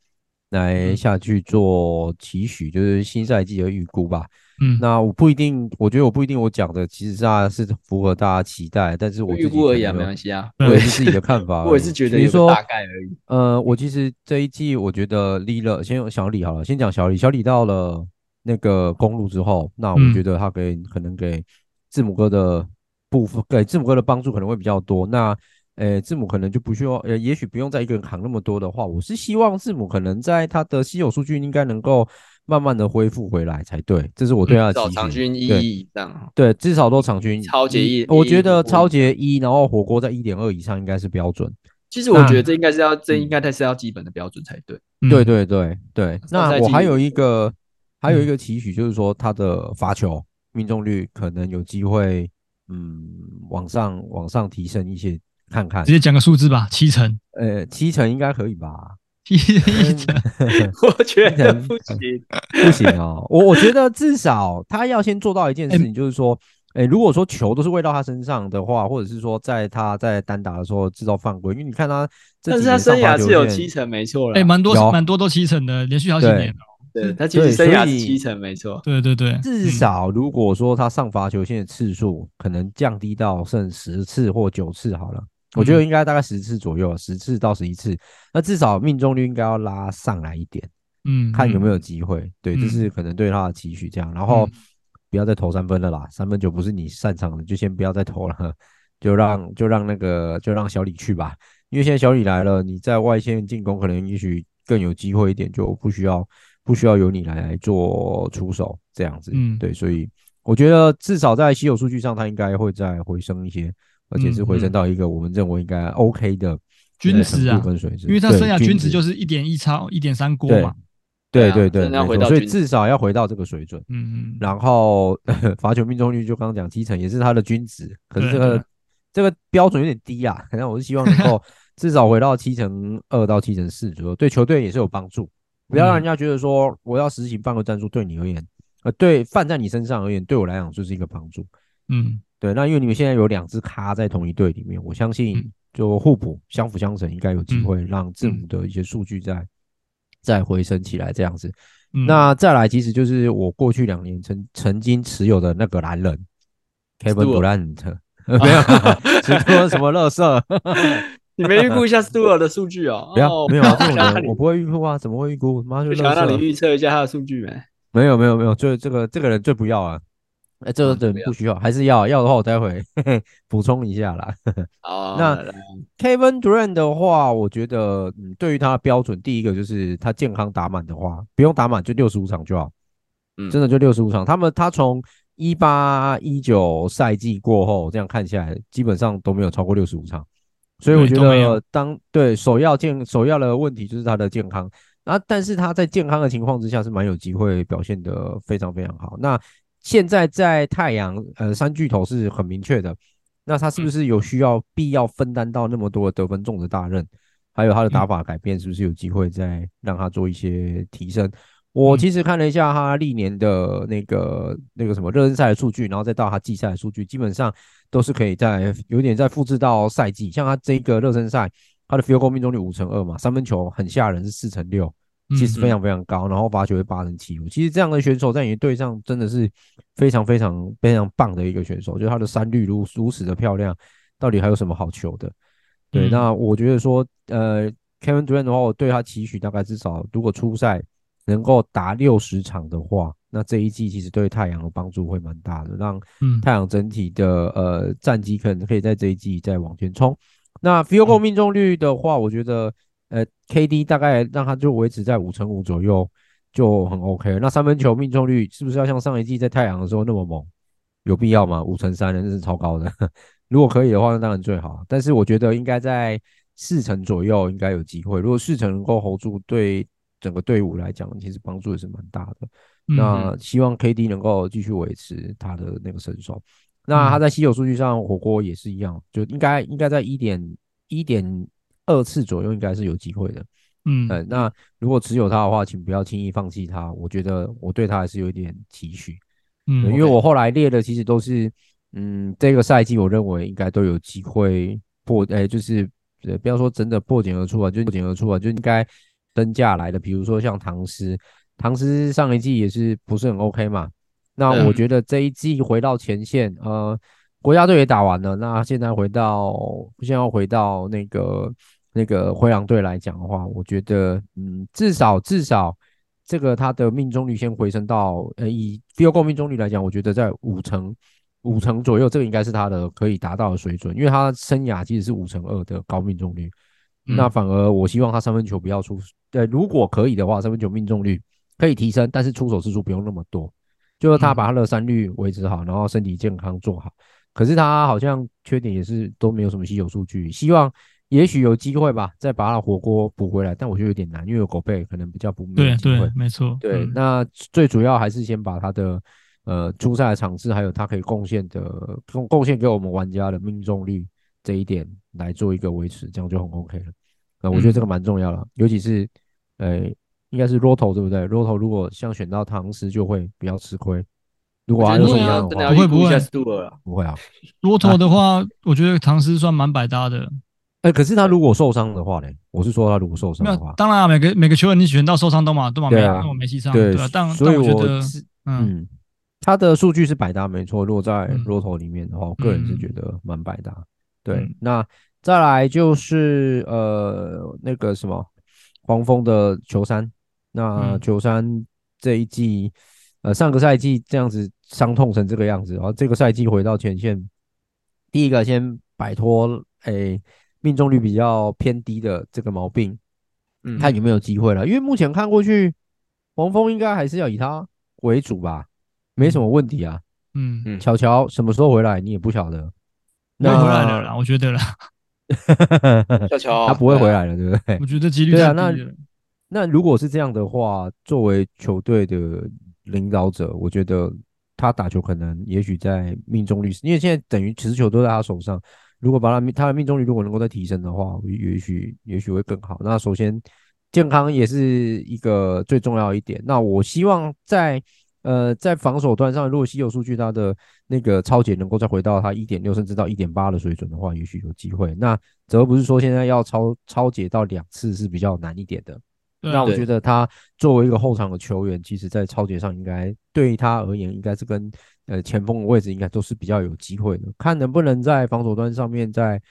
S4: 来下去做期许，就是新赛季的预估吧。
S2: 嗯，
S4: 那我不一定，我觉得我不一定，我讲的其实大家是符合大家期待，但是我自
S5: 预
S4: 己
S5: 估
S4: 可
S5: 而已啊，
S4: 能
S5: 没
S4: 有
S5: 关系啊。
S2: 对
S4: 我也是自己的看法而已。
S5: 我也是觉得
S4: 比
S5: 有
S4: 如
S5: 个
S4: 说
S5: 大，概而已。
S4: 呃，我其实这一季我觉得利勒，先用小李好了，先讲小李。小李到了那个公路之后，那我
S2: 嗯
S4: 觉得他给、可能给字母哥的部分，给字母哥的帮助可能会比较多。那呃，字母可能就不需要，呃，也许不用再一个人扛那么多的话，我是希望字母可能在他的稀有数据应该能够慢慢的恢复回来才对，这是我对他
S5: 嗯至
S4: 的
S5: 少
S4: 期
S5: 场
S4: 许
S5: 均一
S4: 对
S5: 以上。啊
S4: 对，至少都场均
S5: 超级一
S4: 我
S5: 一
S4: 觉得
S5: 火锅
S4: 超级一，然后火锅在一点二以上应该是标准。
S5: 其实我
S2: 那
S5: 觉得这应该是要，
S4: 嗯
S5: 这应该才是要基本的标准才 对。
S4: 对
S2: 嗯，
S4: 对对对，
S5: 上
S4: 那
S5: 赛
S4: 我
S5: 季
S4: 还有一个还有一
S2: 嗯
S4: 个期许，就是说他的罚球命中率可能有机会，嗯，往上往上提升一些，看看
S2: 直，接讲个数字吧，七成，
S4: 呃，七成应该可以吧？
S2: 一一成，
S5: 我觉得不行。
S4: 不行哦，我我觉得至少他要先做到一
S5: 哎
S4: 件事情，就是说，诶、如果说球都是喂到他身上的话，或者是说在他在单打的时候制造犯规，因为你看他这
S5: 但
S4: 几
S5: 是他
S4: 年上
S5: 生
S4: 罚
S5: 涯
S4: 球
S5: 是有
S4: 线
S5: 七成，没错
S2: 哎，
S5: 了。
S2: 蛮多
S4: 有
S2: 蛮多都七成的，连续好几
S4: 对
S2: 年了。
S5: 对他其实
S4: 对
S5: 生涯
S4: 所
S5: 是
S4: 以
S5: 七成，没错。
S2: 对对对，
S4: 至
S2: 嗯
S4: 少如果说他上罚球线的次数可能降低到剩十次或九次好了，我
S2: 嗯
S4: 觉得应该大概十次左右，十次到十一次，那至少命中率应该要拉上来一点，
S2: 嗯，
S4: 看有没
S2: 有
S4: 有机会。对，这
S2: 嗯
S4: 是可能对他的期许这样，然后不要再投三分了啦，三分球不是你擅长的，就先不要再投了， 就让就让那个就让小李去吧，因为现在小李来了，你在外线进攻可能也许更有机会一点，就不需要不需要由你来来做出手这样子。
S2: 嗯
S4: 对，所以我觉得至少在稀有数据上，他应该会再回升一些，而且是回升到一个我们认为应该 OK 的
S2: 嗯
S4: 呃
S2: 均值啊
S4: 程度跟水准，
S2: 因为他
S4: 对
S2: 生涯均值就是是一点一超一点三锅
S4: 对
S2: 嘛，
S4: 对
S5: 啊
S4: 对对，
S5: 真的要
S4: 没
S5: 回
S4: 错
S5: 到
S4: 所以
S5: 均
S4: 至少要回到这个水准。
S2: 嗯嗯，
S4: 然后 罚球命中率就刚刚讲七成，也是他的均值，可是
S2: 对
S4: 这
S2: 对
S4: 个这个标准有点低啊。那我是希望能够至少回到七成二到七成四左右，对球队也是有帮助。不要让人家觉得说我要实行犯规战术，对你而言，呃，对犯在你身上而言，对我来讲就是一个帮助。
S2: 嗯
S4: 对，那因为你们现在有两支咖在同一队里面，我相信
S2: 嗯
S4: 就互补、相辅相成，应该有机
S2: 嗯
S4: 会让字
S2: 嗯
S4: 母的一些数据再再回升起来这样子。
S2: 嗯，
S4: 那再来，其实就是我过去两年曾曾经持有的那个男人 Kevin
S5: Stewart
S4: Durant，呃 没有啊，只说什么乐色，
S5: 你没预估一下 Stewart 的数据哦？
S4: 不要
S5: 哦
S4: 没有啊，这种
S5: 想让
S4: 人
S5: 你
S4: 我不会预估啊，怎么会预估？妈就
S5: 不
S4: 乐
S5: 想要让你
S4: 色，
S5: 预测一下他的数据没？
S4: 没有没有没有，就这个这个人最不要啊，哎，这
S5: 嗯
S4: 个人
S5: 不要
S4: 不需要，还是要要的话我待会 补充一下啦。
S5: 哦，
S4: 那
S5: 来
S4: Kevin Durant 的话，我觉得嗯，对于他的标准，第一个就是他健康打满的话，不用打满就六十五场就好，
S5: 嗯
S4: 真的就六十五场。他们他从一八一九赛季过后，这样看下来，基本上都没有超过六十五场，所以我
S2: 对
S4: 觉
S2: 都没
S4: 得
S2: 有
S4: 当对首要健首要的问题就是他的健康。啊，但是他在健康的情况之下是蛮有机会表现得非常非常好。那现在在太阳呃三巨头是很明确的，那他
S2: 嗯
S4: 是不是有需要必要分担到那么多的得分重责大任？还有他的打法改变，是不是有机会再让他做一些提升？
S2: 嗯
S4: 我其实看了一下他历年的那个那个什么热身赛的数据，然后再到他季赛的数据，基本上都是可以在有点在复制到赛季。像他这个热身赛，他的 field goal 命中率五成二嘛，三分球很吓人，是四成六，其实非常非常高，然后罚球也八成七五。其实这样的选手在你的队上真的是非常非常非常棒的一个选手，就是他的三率如如此的漂亮，到底还有什么好求的？
S2: 嗯
S4: 对，那我觉得说，呃，Kevin Durant 的话，我对他期许大概至少如果初赛能够打六十场的话，那这一季其实对太阳的帮助会蛮大的，让
S2: 嗯
S4: 太阳整体的呃战绩可能可以在这一季再往前冲。那 field goal 命中率的话，我觉得呃 KD 大概让他就维持在五成五左右就很 OK 了。那三分球命中率是不是要像上一季在太阳的时候那么猛？有必要吗？五成三那是超高的。 如果可以的话，那当然最好。但是我觉得应该在四成左右应该有机会。如果四成能够 hold 住，对整个队伍来讲，其实帮助也是蛮大的。
S2: 嗯
S4: 那希望 KD 能够继续维持他的那个身手。那
S2: 嗯
S4: 他在稀有数据上，火锅也是一样，就应该应该在一点一点二次左右，应该是有机会的。
S2: 嗯
S4: 呃，那如果持有他的话，请不要轻易放弃他。我觉得我对他还是有一点期许。呃
S2: 嗯，
S4: 对因为我后来列的其实都是，嗯，这个赛季我认为应该都有机会破，哎、就是呃，不要说真的破茧而出啊，就是破茧而出啊，就应该增价来的。比如说像唐诗，唐诗上一季也是不是很 OK 嘛？那我
S5: 嗯
S4: 觉得这一季回到前线，呃，国家队也打完了，那现在回到现在要回到那个那个灰狼队来讲的话，我觉得嗯，至少至少这个他的命中率先回升到呃，以 field goal 命中率来讲，我觉得在五成五成左右，这个应该是他的可以达到的水准，因为他生涯其实是五成二的高命中率。
S2: 嗯
S4: 那反而我希望他三分球不要出，呃，如果可以的话，三分球命中率可以提升，但是出手次数不用那么多，就是他
S2: 嗯
S4: 把他的三率维持好，然后身体健康做好。可是他好像缺点也是都没有什么稀有数据，希望也许有机会吧，再把他的火锅补回来，但我觉得有点难，因为有狗贝可能比较不没有
S2: 对
S4: 机会
S2: 对，。没错，
S4: 对，
S2: 嗯
S4: 那最主要还是先把他的呃初赛的场次，还有他可以贡献的贡贡献给我们玩家的命中率这一点来做一个维持，这样就很 OK 了。那我觉得这个蛮重要了，尤其是呃，应该是 Roto 对不对？Roto 如果像选到唐斯就会比较吃亏，如果
S5: 我
S4: 阿
S5: 觉得
S4: 六
S5: 你
S4: 受
S5: 要
S4: 伤的
S5: 真
S4: 话
S5: 的要
S2: 不会
S5: 预估
S2: 不
S5: 一
S2: 会
S5: 下 Stewart 啊，
S4: 不会啊。
S2: 罗头的话，我觉得唐斯算蛮百搭的。
S4: 哎，可是他如果受伤的话呢？我是说他如果受伤
S2: 没
S4: 的
S2: 有
S4: 话，，
S2: 当然、啊、每个每个球员你选到受伤都嘛都嘛没
S4: 对啊
S2: 都嘛没戏上，
S4: 对
S2: 对啊。但
S4: 所以
S2: 但我觉
S4: 我
S2: 得
S4: 是，
S2: 嗯，
S4: 嗯，他的数据是百搭没错。如果在
S2: 嗯
S4: Roto 里面的话，我个人是觉
S2: 嗯
S4: 得蛮百搭。对
S2: 嗯，
S4: 那再来就是呃那个什么黄蜂的球衫，那
S2: 嗯
S4: 球衫这一季，呃上个赛季这样子伤痛成这个样子，然后这个赛季回到前线，第一个先摆脱诶命中率比较偏低的这个毛病，
S5: 嗯，
S4: 看有没有机会了。因为目前看过去，黄蜂应该还是要以他为主吧，没什么问题啊。
S2: 嗯，
S5: 嗯
S4: 巧巧什么时候回来你也不晓得，
S2: 会回来了哦
S4: 那
S2: 啦，我觉得啦，
S5: 小乔
S4: 他不
S2: 啊
S4: 会回来
S5: 来，
S4: 了，对不对
S2: 我？觉得几率
S4: 对啊
S2: 太低
S4: 那
S2: 了
S4: 那如果是这样的话，作为球队的领导者，我觉得他打球可能也许在命中率，因为现在等于持球都在他手上。如果把他命他的命中率如果能够再提升的话，我也许也许会更好。那首先健康也是一个最重要一点。那我希望在呃在防守端上，如果稀有数据它的那个超解能够再回到它一点六甚至到一点八的水准的话，也许有机会。那只而不是说现在要超超解到两次是比较难一点的。
S2: 对啊
S4: 那我
S5: 对
S4: 觉得他作为一个后场的球员，其实在超级上应该对他而言，应该是跟呃前锋的位置应该都是比较有机会的，看能不能在防守端上面再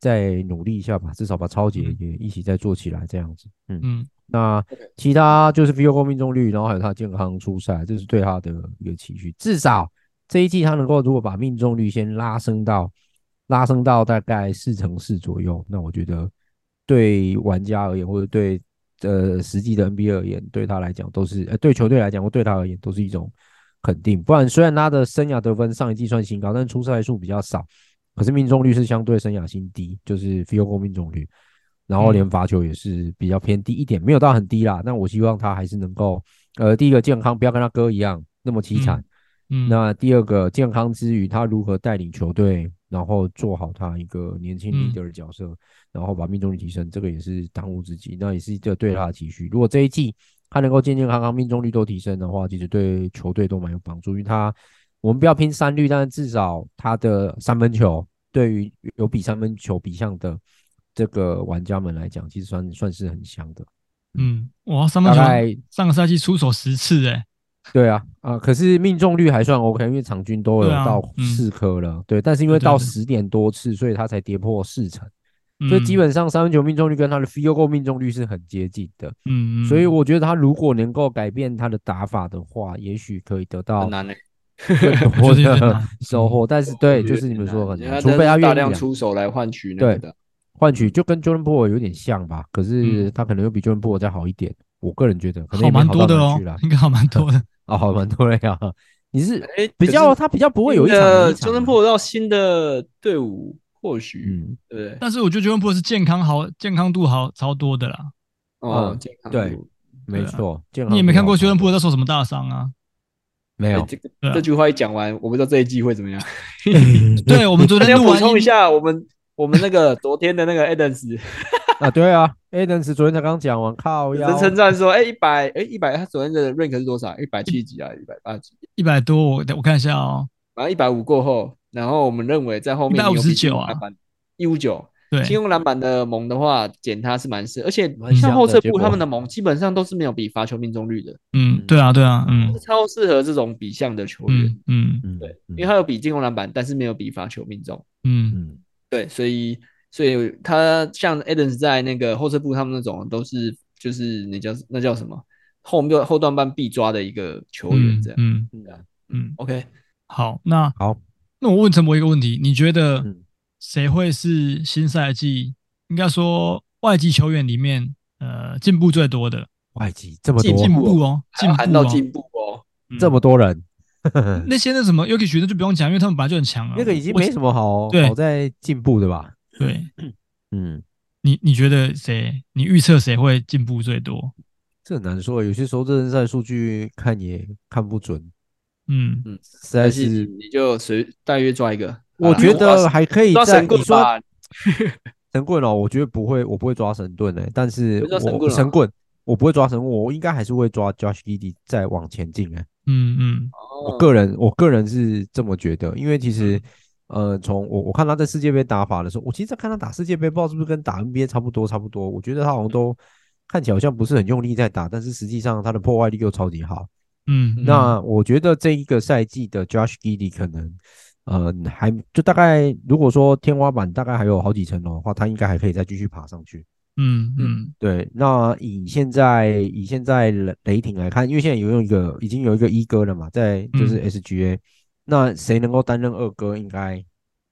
S4: 再努力一下吧，至少把超级
S2: 嗯
S4: 也一起再做起来这样子。嗯，
S2: 嗯，
S4: 那其他就是 field goal 命中率，然后还有他健康出赛，这是对他的一个期许。至少这一季他能够如果把命中率先拉升到拉升到大概四成四左右，那我觉得对玩家而言，或者对呃实际的 NBA 而言，对他来讲都是呃对球队来讲或对他而言都是一种肯定。不然虽然他的生涯得分上一季算新高，但是出赛数比较少，可是命中率是相对生涯新低，就是 field goal 命中率，然后
S2: 嗯
S4: 连罚球也是比较偏低一点，没有到很低啦。那我希望他还是能够，呃，第一个健康，不要跟他哥一样那么凄惨。
S2: 嗯，
S4: 那第二个健康之余，他如何带领球队，然后做好他一个年轻
S2: 嗯
S4: leader 的角色，然后把命中率提升，这个也是当务之急，那也是一个对他的期许。如果这一季他能够健健康康，命中率都提升的话，其实对球队都蛮有帮助，因为他我们不要拼三率，但是至少他的三分球对于有比三分球比项的这个玩家们来讲，其实算算是很香的。
S2: 嗯，哇，三分
S4: 大
S2: 球
S4: 概
S2: 上个赛季出手十次，哎，
S4: 对啊，啊、可是命中率还算 OK，因为场均都有
S2: 对啊
S4: 到
S2: 嗯
S4: 四颗了，对，但是因为
S2: 对对
S4: 到
S2: 对
S4: 十点多次，所以他才跌破四成，
S2: 嗯
S4: 所以基本上三分球命中率跟他的 field goal 命中率是很接近的，
S2: 嗯，嗯
S4: 所以我觉得他如果能够改变他的打法的话，也许可以得到
S5: 很难嘞，
S4: 更
S2: 我
S4: 多
S2: 觉得很
S4: 的
S2: 难 嗯
S4: 收获，但是对，就是你们
S5: 很
S4: 说的
S5: 难
S4: 很
S5: 因为
S4: 难，
S5: 他
S4: 除
S5: 真
S4: 非
S5: 的
S4: 他
S5: 是大
S4: 愿
S5: 量
S4: 意啊
S5: 出手来换取那
S4: 对
S5: 个的，
S4: 换取，就跟 Jordan Po 有点像吧，可是
S2: 嗯
S4: 他可能又比 Jordan Po 再好一点，我个人觉得可能
S2: 好
S4: 也没
S2: 蛮
S4: 好
S2: 多
S4: 到
S2: 的
S4: 哪
S2: 哦
S4: 去啦，
S2: 应该好蛮多 的，
S4: 啊，好蛮多的呀，你是
S5: 哎，
S4: 比
S5: 可
S4: 较
S5: 是
S4: 他比较不会有一场没
S5: 呃，
S4: 一场
S5: 中
S4: 啊
S5: 登破到新的队伍，或许
S4: 嗯，
S5: 对不对？
S2: 但是我觉得 j o r d 是健康好，健康度好超多的啦。
S5: 哦
S4: 嗯，
S5: 健康
S4: 对
S5: 度
S4: 没
S2: 对啊
S4: 错，健康
S2: 你也没
S4: 比较
S2: 看过 j
S4: 好
S2: o r d 那受什么大伤啊？
S4: 没
S5: 哎
S4: 有？
S5: 这个
S2: 对啊
S5: 这句话一讲完，我不知道这一季会怎么样。
S4: 嗯
S2: 对，我们昨
S5: 大
S2: 天
S5: 家
S2: 录
S5: 补
S2: 完
S5: 充一
S2: 音，
S5: 下，我们我们那个昨天的那个 Adams
S4: 啊？对啊，Adams 昨天才刚讲完，靠
S5: 有
S4: 腰
S5: 人称赞说，哎，一百，哎，一百，他昨天的 rank 是多少？一百七几啊？一百八几？
S2: 一百多，我我看一下哦。
S5: 然后一百五过后，然后我们认为在后面
S2: 159啊
S5: 一五九
S2: 对，
S5: 进攻篮板的盟的话，捡它是蛮适，而且
S4: 蛮香
S5: 像
S4: 的
S5: 后撤
S4: 结
S5: 步
S4: 果
S5: 他们的盟基本上都是没有比罚球命中率的，
S2: 嗯，对啊，对啊，嗯
S5: 是超适合这种比项的球员
S2: 嗯，嗯
S4: 嗯，
S5: 对，
S4: 嗯
S5: 因为他有比进攻篮板，但是没有比罚球命中，
S2: 嗯
S4: 嗯
S5: 对，所以所以他像 Adams 在那个后撤步他们那种都是就是那叫那叫什么后面后段半必抓的一个球员
S2: 嗯
S5: 这样、啊
S2: 嗯嗯，
S5: o k
S2: 好，那
S4: 好，
S2: 那我问陈博一个问题，你觉得
S4: 嗯
S2: 谁会是新赛季应该说外籍球员里面呃进步最多的
S4: 外籍这么
S5: 进
S4: 多
S5: 进
S2: 进步哦，
S5: 还要
S2: 进步
S5: 喊到
S4: 啊
S2: 哦，
S5: 进步哦，
S2: 嗯
S4: 这么多人，
S2: 那些那什么 Yuki 学的就不用讲，因为他们本来就很强啊。
S4: 那个已经
S2: 我
S4: 没什么好
S2: 对
S4: 好在进步的吧？
S2: 对
S4: 嗯，
S2: 你你觉得谁？你预测谁会进步最多？
S4: 这很难说，有些时候热身赛数据看也看不准，
S2: 嗯
S4: 实在
S5: 但是啊
S4: 是
S5: 你就随大约抓一个，啊
S4: 我觉得还可以
S5: 抓
S4: 在
S5: 神
S4: 你
S5: 棍
S4: 说
S5: 吧，
S4: 神棍哦，我觉得不会，我不会抓神盾诶、但是
S5: 不是抓神
S4: 我
S5: 棍啊
S4: 神棍，我不会抓神木，我应该还是会抓 Josh Giddy 再往前进哎、
S2: 嗯嗯
S5: 哦
S4: 我个人我个人是这么觉得，因为其
S5: 嗯
S4: 实呃，从我我看他在世界杯打法的时候，我其实在看他打世界杯，不知道是不是跟打 NBA 差不多差不多，我觉得他好像
S5: 嗯
S4: 都看起来好像不是很用力在打，但是实际上他的破坏力又超级好。
S2: 嗯，
S4: 那我觉得这一个赛季的 Josh Giddy 可能，呃，还就大概如果说天花板大概还有好几层哦楼的话，他应该还可以再继续爬上去。
S2: 嗯嗯
S4: 对，那以现在以现在雷雷霆来看，因为现在有用一个已经有一个一哥了嘛，在就是 SGA，、那谁能够担任二哥，应该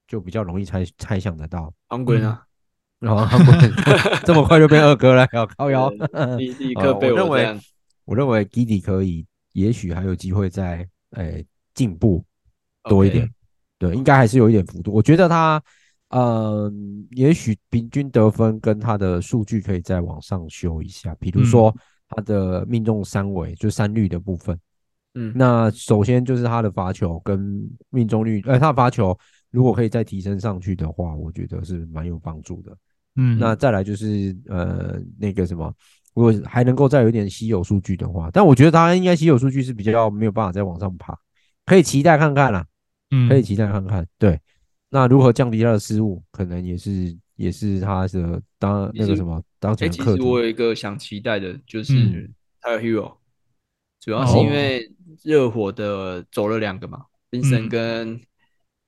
S4: 就比较容易猜猜想得到。
S5: 昂滚啊！
S4: 然后他们这么快就变二哥了，要靠腰。
S5: 立立
S4: 呃
S5: 刻被
S4: 我认
S5: 这
S4: 为
S5: 样，
S4: 我认为 Giddy 可以，也许还有机会再诶进步多一点。对，应该还是有一点幅度。我觉得他，嗯，也许平均得分跟他的数据可以再往上修一下，比如说他的命中三围，就三率的部分。
S5: 嗯，
S4: 那首先就是他的罚球跟命中率，呃，他的罚球如果可以再提升上去的话，我觉得是蛮有帮助的。
S2: 嗯，
S4: 那再来就是呃那个什么，如果还能够再有一点稀有数据的话，但我觉得他应该稀有数据是比较没有办法再往上爬，可以期待看看啦，
S2: 嗯
S4: 可以期待看看。对，那如何降低他的失误，可能也是也是他的当那个什么当
S5: 哎、
S4: 前的
S5: 其
S4: 课
S5: 实
S4: 题。
S5: 我有一个想期待的，就是
S2: 嗯
S5: t y r Hero，主要是
S4: 哦
S5: 因为热火的走了两个嘛，冰
S2: 嗯
S5: 神跟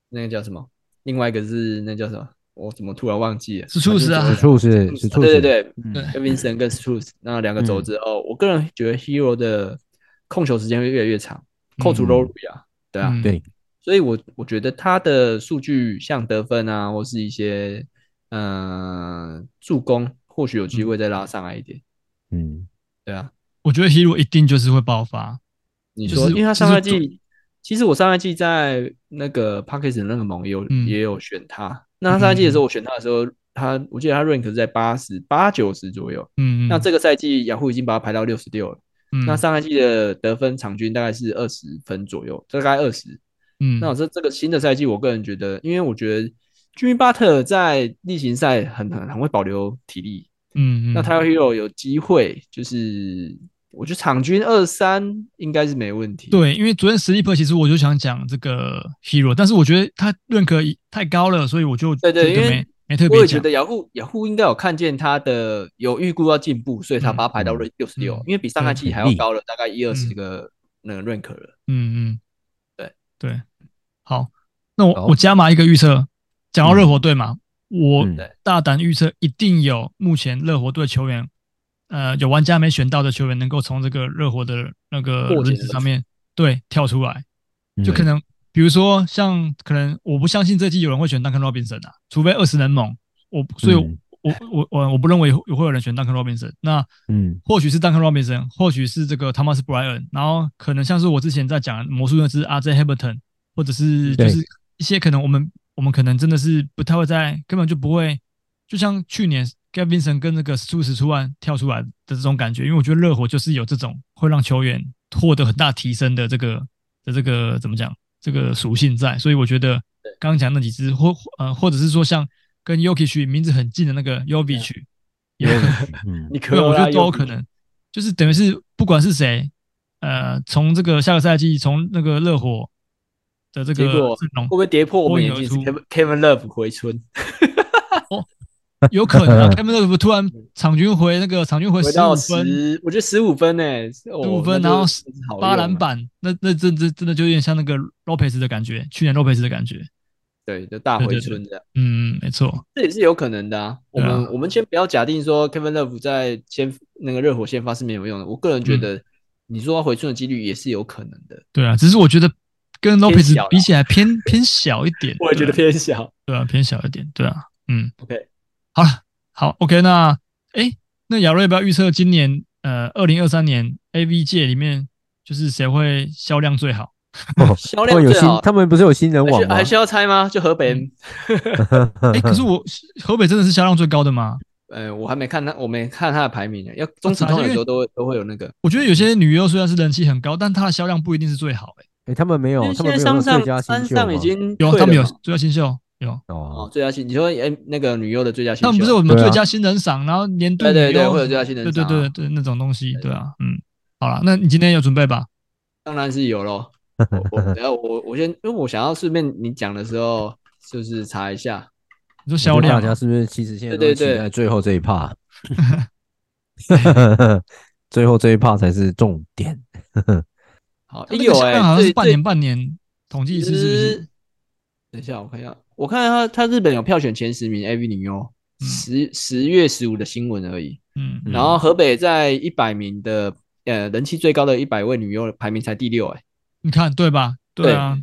S5: 那个叫什么，另外一个是那叫什么，我怎么突然忘记了？
S2: 是猝死啊
S4: 史处是史处
S5: 呃对
S4: 是，
S5: 对对，
S4: 嗯
S5: 跟 Vincent 跟 Struz 那两个走之后，我个人觉得 Hero 的控球时间会越来越长，扣除
S4: 嗯
S5: Rory 啊，对啊，
S2: 嗯
S4: 对，
S5: 所以我我觉得他的数据像得分啊，或是一些嗯、呃助攻，或许有机会再拉上来一点，
S4: 嗯，
S5: 对啊，
S2: 我觉得 Hero 一定就是会爆发，
S5: 你
S2: 就
S5: 说，
S2: 是
S5: 因为他
S2: 就
S5: 上赛
S2: 是做
S5: 季，其实我上赛季在那个 p a c k a g e 那个盟也有、
S2: 嗯
S5: 也有选他，那他上赛季的时候我选他的时候，他我记得他 rank 是在八十八九十左右，
S2: 嗯嗯，
S5: 那这个赛季雅虎已经把他排到六十六了。
S2: 嗯
S5: 那上赛季的得分场均大概是二十分左右，大概二十。
S2: 嗯
S5: 那我这这个新的赛季，我个人觉得，因为我觉得 Jimmy Butler 在例行赛很很很会保留体力，
S2: 嗯嗯，
S5: 那 t y r Hero 有机会，就是我觉得场均二三应该是没问题。，
S2: 对，因为昨天 Sleeper 其实我就想讲这个 Hero，但是我觉得他认可一太高了，所以我就
S5: 对对
S2: 觉得
S5: 因为
S2: 没没特
S5: 我
S2: 别
S5: 也觉
S2: 讲。
S5: 得雅虎雅虎应该有看见他的有预估要进步，所以他把他排到
S4: 嗯嗯
S5: 六十六
S2: 嗯，
S5: 因为比上赛季还要高了大概一二十
S2: 嗯
S5: 个那个 rank 了。
S2: 嗯嗯，
S5: 对
S2: 对，好，那我、
S4: 好
S2: 我加码一个预测，讲到
S4: 嗯
S2: 热火队嘛，我
S4: 嗯
S2: 大胆预测一定有目前热火队球员，呃，有玩家没选到的球员能够从这个热火的那个
S5: 破解
S2: 轮
S5: 的
S2: 子
S5: 轮
S2: 上
S5: 子
S2: 面对跳出来，就可
S4: 嗯
S2: 能比如说像可能我不相信这季有人会选 Duncan Robinson 啊，除非二十人猛，我所以我、
S4: 嗯
S2: 我我我我不认为有会有人选 Duncan Robinson。那
S4: 嗯
S2: 或许是 Duncan Robinson，或许是这个 Thomas Bryan，然后可能像是我之前在讲魔术那只 RJ Haberton，或者是就
S4: 对
S2: 是一些可能我们我们可能真的是不太会在，根本就不会，就像去年 Gavinson 跟那个 s t u s 突然跳出来的这种感觉，因为我觉得热火就是有这种会让球员获得很大提升的这个的这个怎么讲这个属性在，所以我觉得刚刚讲那几只或呃或者是说像跟 Yokich 名字很近的那个 Yovich，也
S4: 嗯
S5: 你可
S2: 对，我觉
S5: 拉
S2: 得都有
S5: 又
S2: 可
S5: 比
S2: 能，就是等于是不管是谁，呃，从这个下个赛季从那个热火的这个
S5: 结果
S2: 阵
S5: 会
S2: 容
S5: 不，会跌破我们
S2: 脱颖
S5: 眼
S2: 而
S5: 镜是
S2: 出
S5: Kevin Kevin Love 回春，
S2: 有可能 啊，Kevin Love 突然场均回那个场均回
S5: 回
S2: 十
S5: 到
S2: 五分、
S5: 十，我觉得十五分呢、哦十
S2: 15分然后八篮，
S5: 啊
S2: 板，那那真真真的就有点像那个 Lopez 的感觉，去年 Lopez 的感觉。
S5: 对，就大
S2: 对对
S5: 回
S2: 对
S5: 春这样，
S2: 嗯，没错，
S5: 这也是有可能的啊。我们、
S2: 对
S5: 我们先不要假定说 Kevin Love 在先那个热火先发是没有用的，我个人觉得你说要回春的几率也是有可能的，
S2: 对啊，只是我觉得跟
S5: 偏
S2: Lopez
S5: 小啦
S2: 比起来偏偏小一点，
S5: 我也觉得
S2: 对啊
S5: 偏小。
S2: 对啊偏小一点，对啊，嗯
S5: 嗯 OK，
S2: 好了，好，OK，那哎，那亚瑞要不要预测今年呃，二零二三年 AV 界里面就是谁会销量最好？
S5: 销
S4: 他们
S5: 量
S4: 哦有
S5: 最
S4: 新，
S5: 好，
S4: 他们不是有新人
S5: 还需
S4: 网吗
S5: 还？需要猜吗？就河北，
S2: 哎，可是我河北真的是销量最高的吗？
S5: 呃，我还没看他，我没看他的排名呢。啊要中职通的时候都会都会有那个，
S2: 我觉得有些女优虽然是人气很高，但她的销量不一定是最好、诶
S4: 哎，他们没有
S5: 因为，
S4: 他
S5: 现
S4: 们
S5: 在
S4: 没有最
S5: 山上
S4: 佳新
S5: 山
S4: 秀吗
S5: 上已经
S2: 有啊
S5: 退
S2: 他们
S5: 了
S2: 有
S5: 嘛
S2: 最佳新秀，有，
S5: 哦
S4: 哦，，
S5: 最佳新，你说哎那个女优的最佳新秀，
S2: 他们不是有什么
S4: 对啊
S2: 最佳新人赏，然后年度
S5: 对对
S2: 女
S5: 对，
S2: 优
S5: 会有最佳新人
S2: 对对
S5: 赏啊
S2: 对对那种东西，对啊，嗯，好了，那你今天有准备吧？
S5: 当然是有咯。我我等下我我先，因为我想要顺便你讲的时候，就是查一下。
S2: 你说销量
S4: 大，家是不是其实现在都
S5: 对对
S4: 在
S5: 对
S4: 期待最后这一 趴？ 最后这一趴才是重点。
S5: 好，
S2: 那
S5: 一
S2: 个
S5: 有
S2: 销
S5: 哎、
S2: 量好像
S5: 最
S2: 是半
S5: 最呃
S2: 年半年统计一次，是不是？
S5: 等一下，我看一下，我看他他日本有票选前十名 AV 女优，
S2: 嗯
S5: 哦十十月十五的新闻而已。
S2: 嗯，
S5: 然后河北在一百名的呃人气最高的一百位女优排名才第六、哎，
S2: 你看对吧？对啊，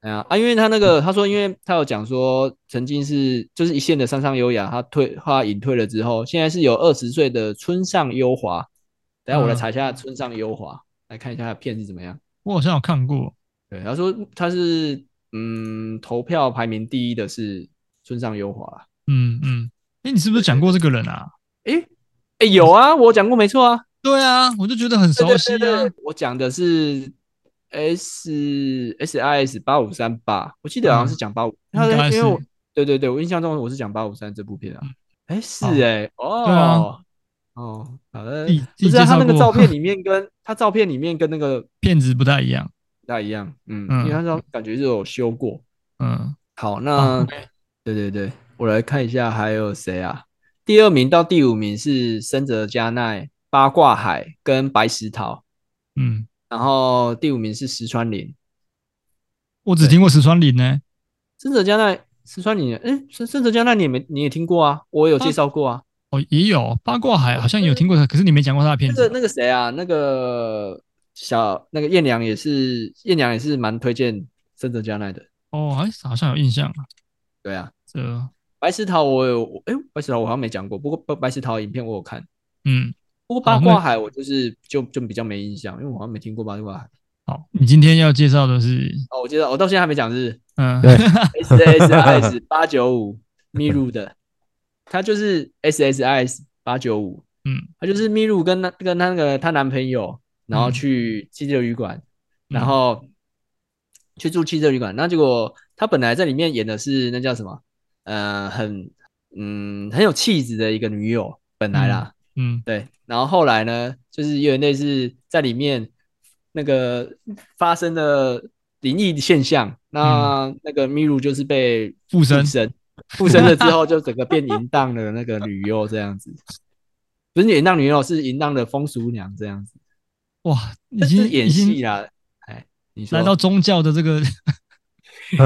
S5: 哎呀啊，因为他那个他说，因为他有讲说曾经是就是一线的山上优雅，他退他隐退了之后，现在是有二十岁的村上优华。等一下我来
S2: 嗯
S5: 查一下村上优华，来看一下他的片是怎么样。
S2: 我好像有看过，
S5: 对，他说他是嗯，投票排名第一的是村上优华啦。
S2: 嗯嗯，哎，你是不是讲过这个人啊？
S5: 诶诶，有啊，我讲过没错啊，
S2: 对啊，我就觉得很熟悉
S5: 对对
S2: 啊
S5: 对，我讲的是 S S I S 八五三八，我记得好像是讲八五，他
S2: 嗯应该
S5: 因为我
S2: 是嗯
S5: 对对对，我印象中我是讲八五三这部片啊。诶，是
S2: 好
S5: 诶，
S2: 对啊
S5: 哦哦，好的
S2: 自己，自
S5: 不
S2: 己
S5: 是啊
S2: 介
S5: 他
S2: 绍
S5: 那个
S2: 过
S5: 照片里面跟他照片里面跟那个
S2: 片子不太一样，
S5: 不大一样，嗯，
S2: 嗯
S5: 因为他照感觉是有修过。
S2: 嗯，
S5: 好，
S2: 好
S5: 那对对对，我来看一下还有谁啊？第二名到第五名是深泽加奈、八卦海跟白石桃，
S2: 嗯，
S5: 然后第五名是石川绫。
S2: 我只听过石川绫呢，
S5: 深泽加奈、石川绫，哎，深深泽加奈你也没你也听过啊？我有介绍过啊。
S2: 哦，也有八卦海，好像有听过他，可是你没讲过他的片
S5: 那个
S2: 子，
S5: 那个谁啊？那个小那个艳良也是艳良也是蛮推荐深泽加奈的。
S2: 哦，哎，好像有印象，
S5: 对啊，
S2: 这，
S5: 白石桃我有，哎，白石桃我好像没讲过，不过白白石桃影片我有看。
S2: 嗯，
S5: 不过八
S2: 好那
S5: 卦海我就是就就比较没印象，因为我好像没听过八卦海。
S2: 好，你今天要介绍的是，
S5: 哦，我记得我到现在还没讲是
S2: 嗯，
S4: 对
S5: S S I S 八九五秘鲁的，他就是 S S I S 八九五，
S2: 嗯，
S5: 他就是秘鲁跟那跟那个她男朋友，然后
S2: 嗯
S5: 去汽车旅馆，然后去住汽车旅馆，那结果他本来在里面演的是那叫什么，呃，很嗯很有气质的一个女友，本来啦，
S2: 嗯，
S5: 对，然后后来呢，就是有点类似在里面那个发生的灵异现象，那那个咪露就是被
S2: 嗯附身
S5: 身，附身了之后就整个变淫荡的那个女优这样子，不是淫荡女优，是淫荡的风俗娘这样子，
S2: 哇，已
S5: 这
S2: 经
S5: 是演
S2: 已经
S5: 戏啊啦，哎，你说
S2: 来到宗教的这个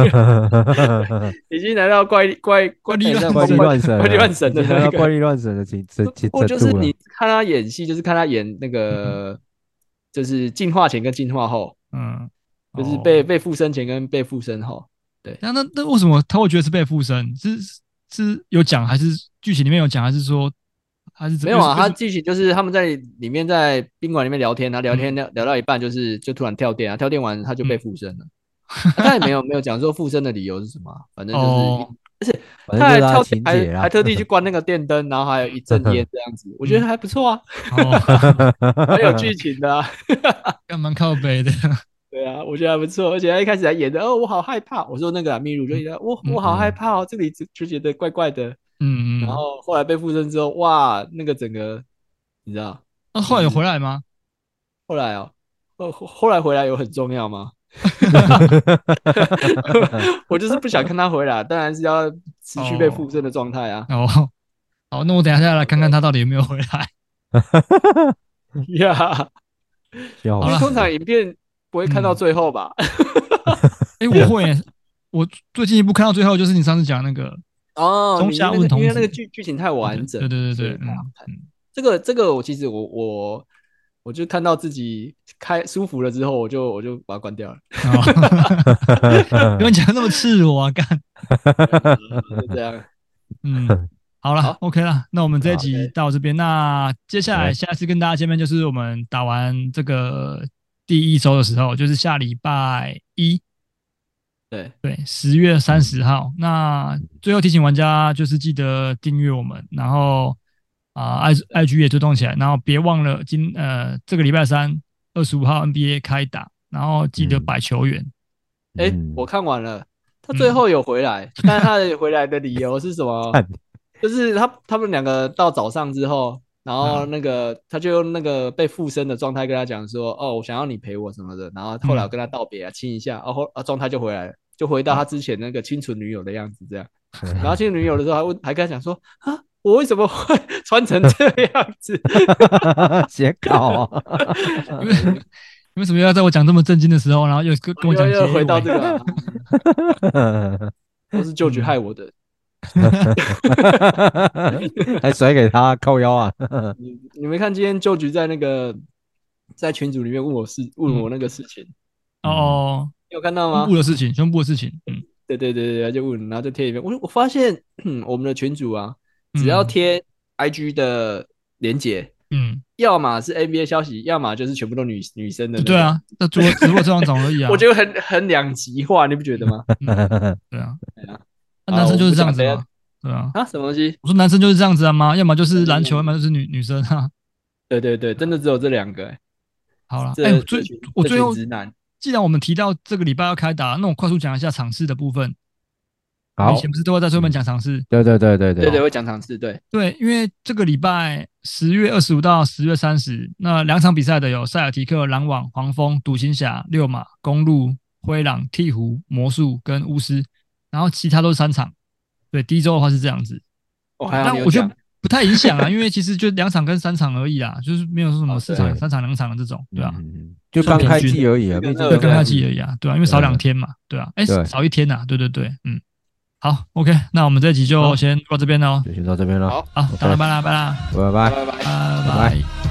S5: 已经来到怪力怪
S2: 怪
S5: 怪
S2: 力
S5: 哎 那
S4: 怪力乱神啊，
S5: 怪力乱
S4: 已
S5: 神的
S4: 经来
S5: 那
S4: 到
S5: 个
S4: 怪力乱神的情这这
S5: 不过
S4: 这
S5: 就是
S4: 度了
S5: 你。看他演戏，就是看他演那个，就是进化前跟进化后。
S2: 嗯，
S5: 就是
S2: 哦
S5: 被被附身前跟被附身后，
S2: 那那那为什么他会觉得是被附身？是是有讲还是剧情里面有讲，还是说还是怎
S5: 没有啊？他
S2: 为什
S5: 剧情就是他们在里面在宾馆里面聊天，然后聊天聊、聊到一半，就是就突然跳电啊，跳电完他就被附身了。啊他也没有没有讲说附身的理由是什么啊，反正就是、
S2: 哦
S4: 反
S5: 他
S4: 正
S5: 还
S4: 就是他
S5: 跳电
S4: 情节啊
S5: 还还
S4: 啦，
S5: 特地 去关那个电灯，然后还有一阵烟这样子，我觉得还不错啊，
S2: 哦，
S5: 还有剧情的、啊。
S2: 干蛮靠北的，
S5: 对啊，我觉得还不错，而且他一开始还演的，哦，我好害怕。我说那个啊，秘鲁就觉得我我好害怕哦，这里就就觉得怪怪的。
S2: 嗯嗯。
S5: 然后后来被附身之后，哇，那个整个你知道，
S2: 那后来有回来吗？
S5: 后来哦，后后后来回来有很重要吗？ 我就是不想看他回来，当然是要持续被附身的状态啊。
S2: 哦，好，那我等一下来看看他到底有没有回来。哦
S5: 呀，
S4: 笑
S5: 因为
S4: 死
S5: 通常影片不会看到最后吧？
S2: 哎、我会耶，我最近一部看到最后就是你上次讲那个，
S5: 哦，
S2: 中
S5: 你
S2: 下
S5: 那个
S2: 问童
S5: 因为
S2: 子
S5: 那个剧剧情太完整，
S2: 对对对
S5: 所以
S2: 对
S5: 太好
S2: 嗯
S5: 看
S2: 嗯
S5: 这个这个我其实我我我就看到自己开舒服了之后，我就我就把它关掉 了，
S2: 哦、不用讲那么赤裸啊，干，
S5: 就这样。
S2: 嗯。好了
S5: 好
S2: ，OK 了，那我们这一
S5: 好
S2: 集
S5: ，OK
S2: 到这边。那接下来
S4: 好
S2: 下一次跟大家见面，就是我们打完这个第一周的时候，就是下礼拜一，
S5: 对，
S2: 对，十月三十号。那最后提醒玩家就是记得订阅我们，然后啊、i i g 也追踪起来，然后别忘了今呃这个礼拜三二十五号 NBA 开打，然后记得
S4: 嗯
S2: 摆球员。
S5: 哎
S4: 嗯，
S5: 我看完了，他最后有回来，但他的回来的理由是 什么
S4: 看？
S5: 就是他他们两个到早上之后，然后
S2: 嗯
S5: 那个、他就用那个被附身的状态跟他讲说，哦，我想要你陪我什么的，然后后
S2: 嗯
S5: 来我跟他道别啊，亲一下，然后啊状态就回来了。就回到他之前那个清纯女友的样子，这样。
S2: 嗯
S5: 然后清纯女友的时候还问，还跟他讲说啊，我为什么会 穿成这样子？
S4: 写稿啊，
S5: 嗯
S2: 你为 你为什么要在我讲这么震惊的时候，然后又 跟跟我讲
S5: 哦又又
S2: 结
S5: 回到
S2: 尾
S5: 这 个、啊，都是旧局害我的。
S4: 还甩给他靠腰啊，
S5: 你你没看今天旧局在那个在群组里面问我事，问我那个事
S2: 嗯
S5: 情，
S2: 哦
S5: 你有看到
S2: 哦，
S5: 吗
S2: 胸？部的事情，胸部的事情，嗯，
S5: 对对对对，他就问，然后就贴一遍。我我发现我们的群主啊，
S2: 嗯
S5: 只要，贴 IG 的连接，
S2: 嗯，
S5: 要么是 NBA 消息，要么就是全部都女女生的、
S2: 对，啊，那只只不过这样长而已啊，
S5: 我觉得很很两极化，你不觉得吗？
S2: 嗯对啊
S5: 对啊，
S2: 那男生就是这样子
S5: 好我
S2: 嘛
S5: 们，
S2: 对啊，
S5: 啊，什么东西？
S2: 我说男生就是这样子啊吗？要么就是篮球，
S5: 嗯
S2: 要么就是女女生啊。
S5: 对对对，真的只有这两个、欸。
S2: 好了，
S5: 这
S2: 哎，我
S5: 这
S2: 最
S5: 群
S2: 我
S5: 这
S2: 最
S5: 群
S2: 后
S5: 直男
S2: 既然我们提到这个礼拜要开打，那我快速讲一下场次的部分。
S4: 好
S2: 以，前不是都会在专门讲场次？
S4: 对对对对
S2: 啊
S5: 对对，，会讲场次，对，
S2: 对，因为这个礼拜十月二十五到十月三十，那两场比赛的有塞尔提克、篮网、黄蜂、独行侠、六马、公路、灰狼、鹈鹕、魔术跟巫师，然后其他都是三场。对，第一周的话是这样子，
S5: 我哦还
S2: 但
S5: 好你有
S2: 我觉
S5: 讲
S2: 得。不太影响啊，因为其实就两场跟三场而已啦，就是没有说什么
S5: 哦
S2: 四
S5: 对
S2: 场、三场、两场的这种，对啊，
S4: 嗯，嗯嗯就刚开季而已啊，
S5: 平均
S4: 毕竟
S2: 对，
S5: 对
S2: 刚开季而已啊，对啊，因为少两天嘛，对啊，哎，
S4: 对
S2: 少一天呐，对对对，嗯，好，OK，那我们这集就
S4: 好
S2: 先到这边喽，哦
S4: 就先到这边了，
S5: 好
S2: 好，打了，拜啦，拜啦，
S4: 拜拜。
S5: 拜拜。
S2: 拜
S4: 拜
S2: 拜。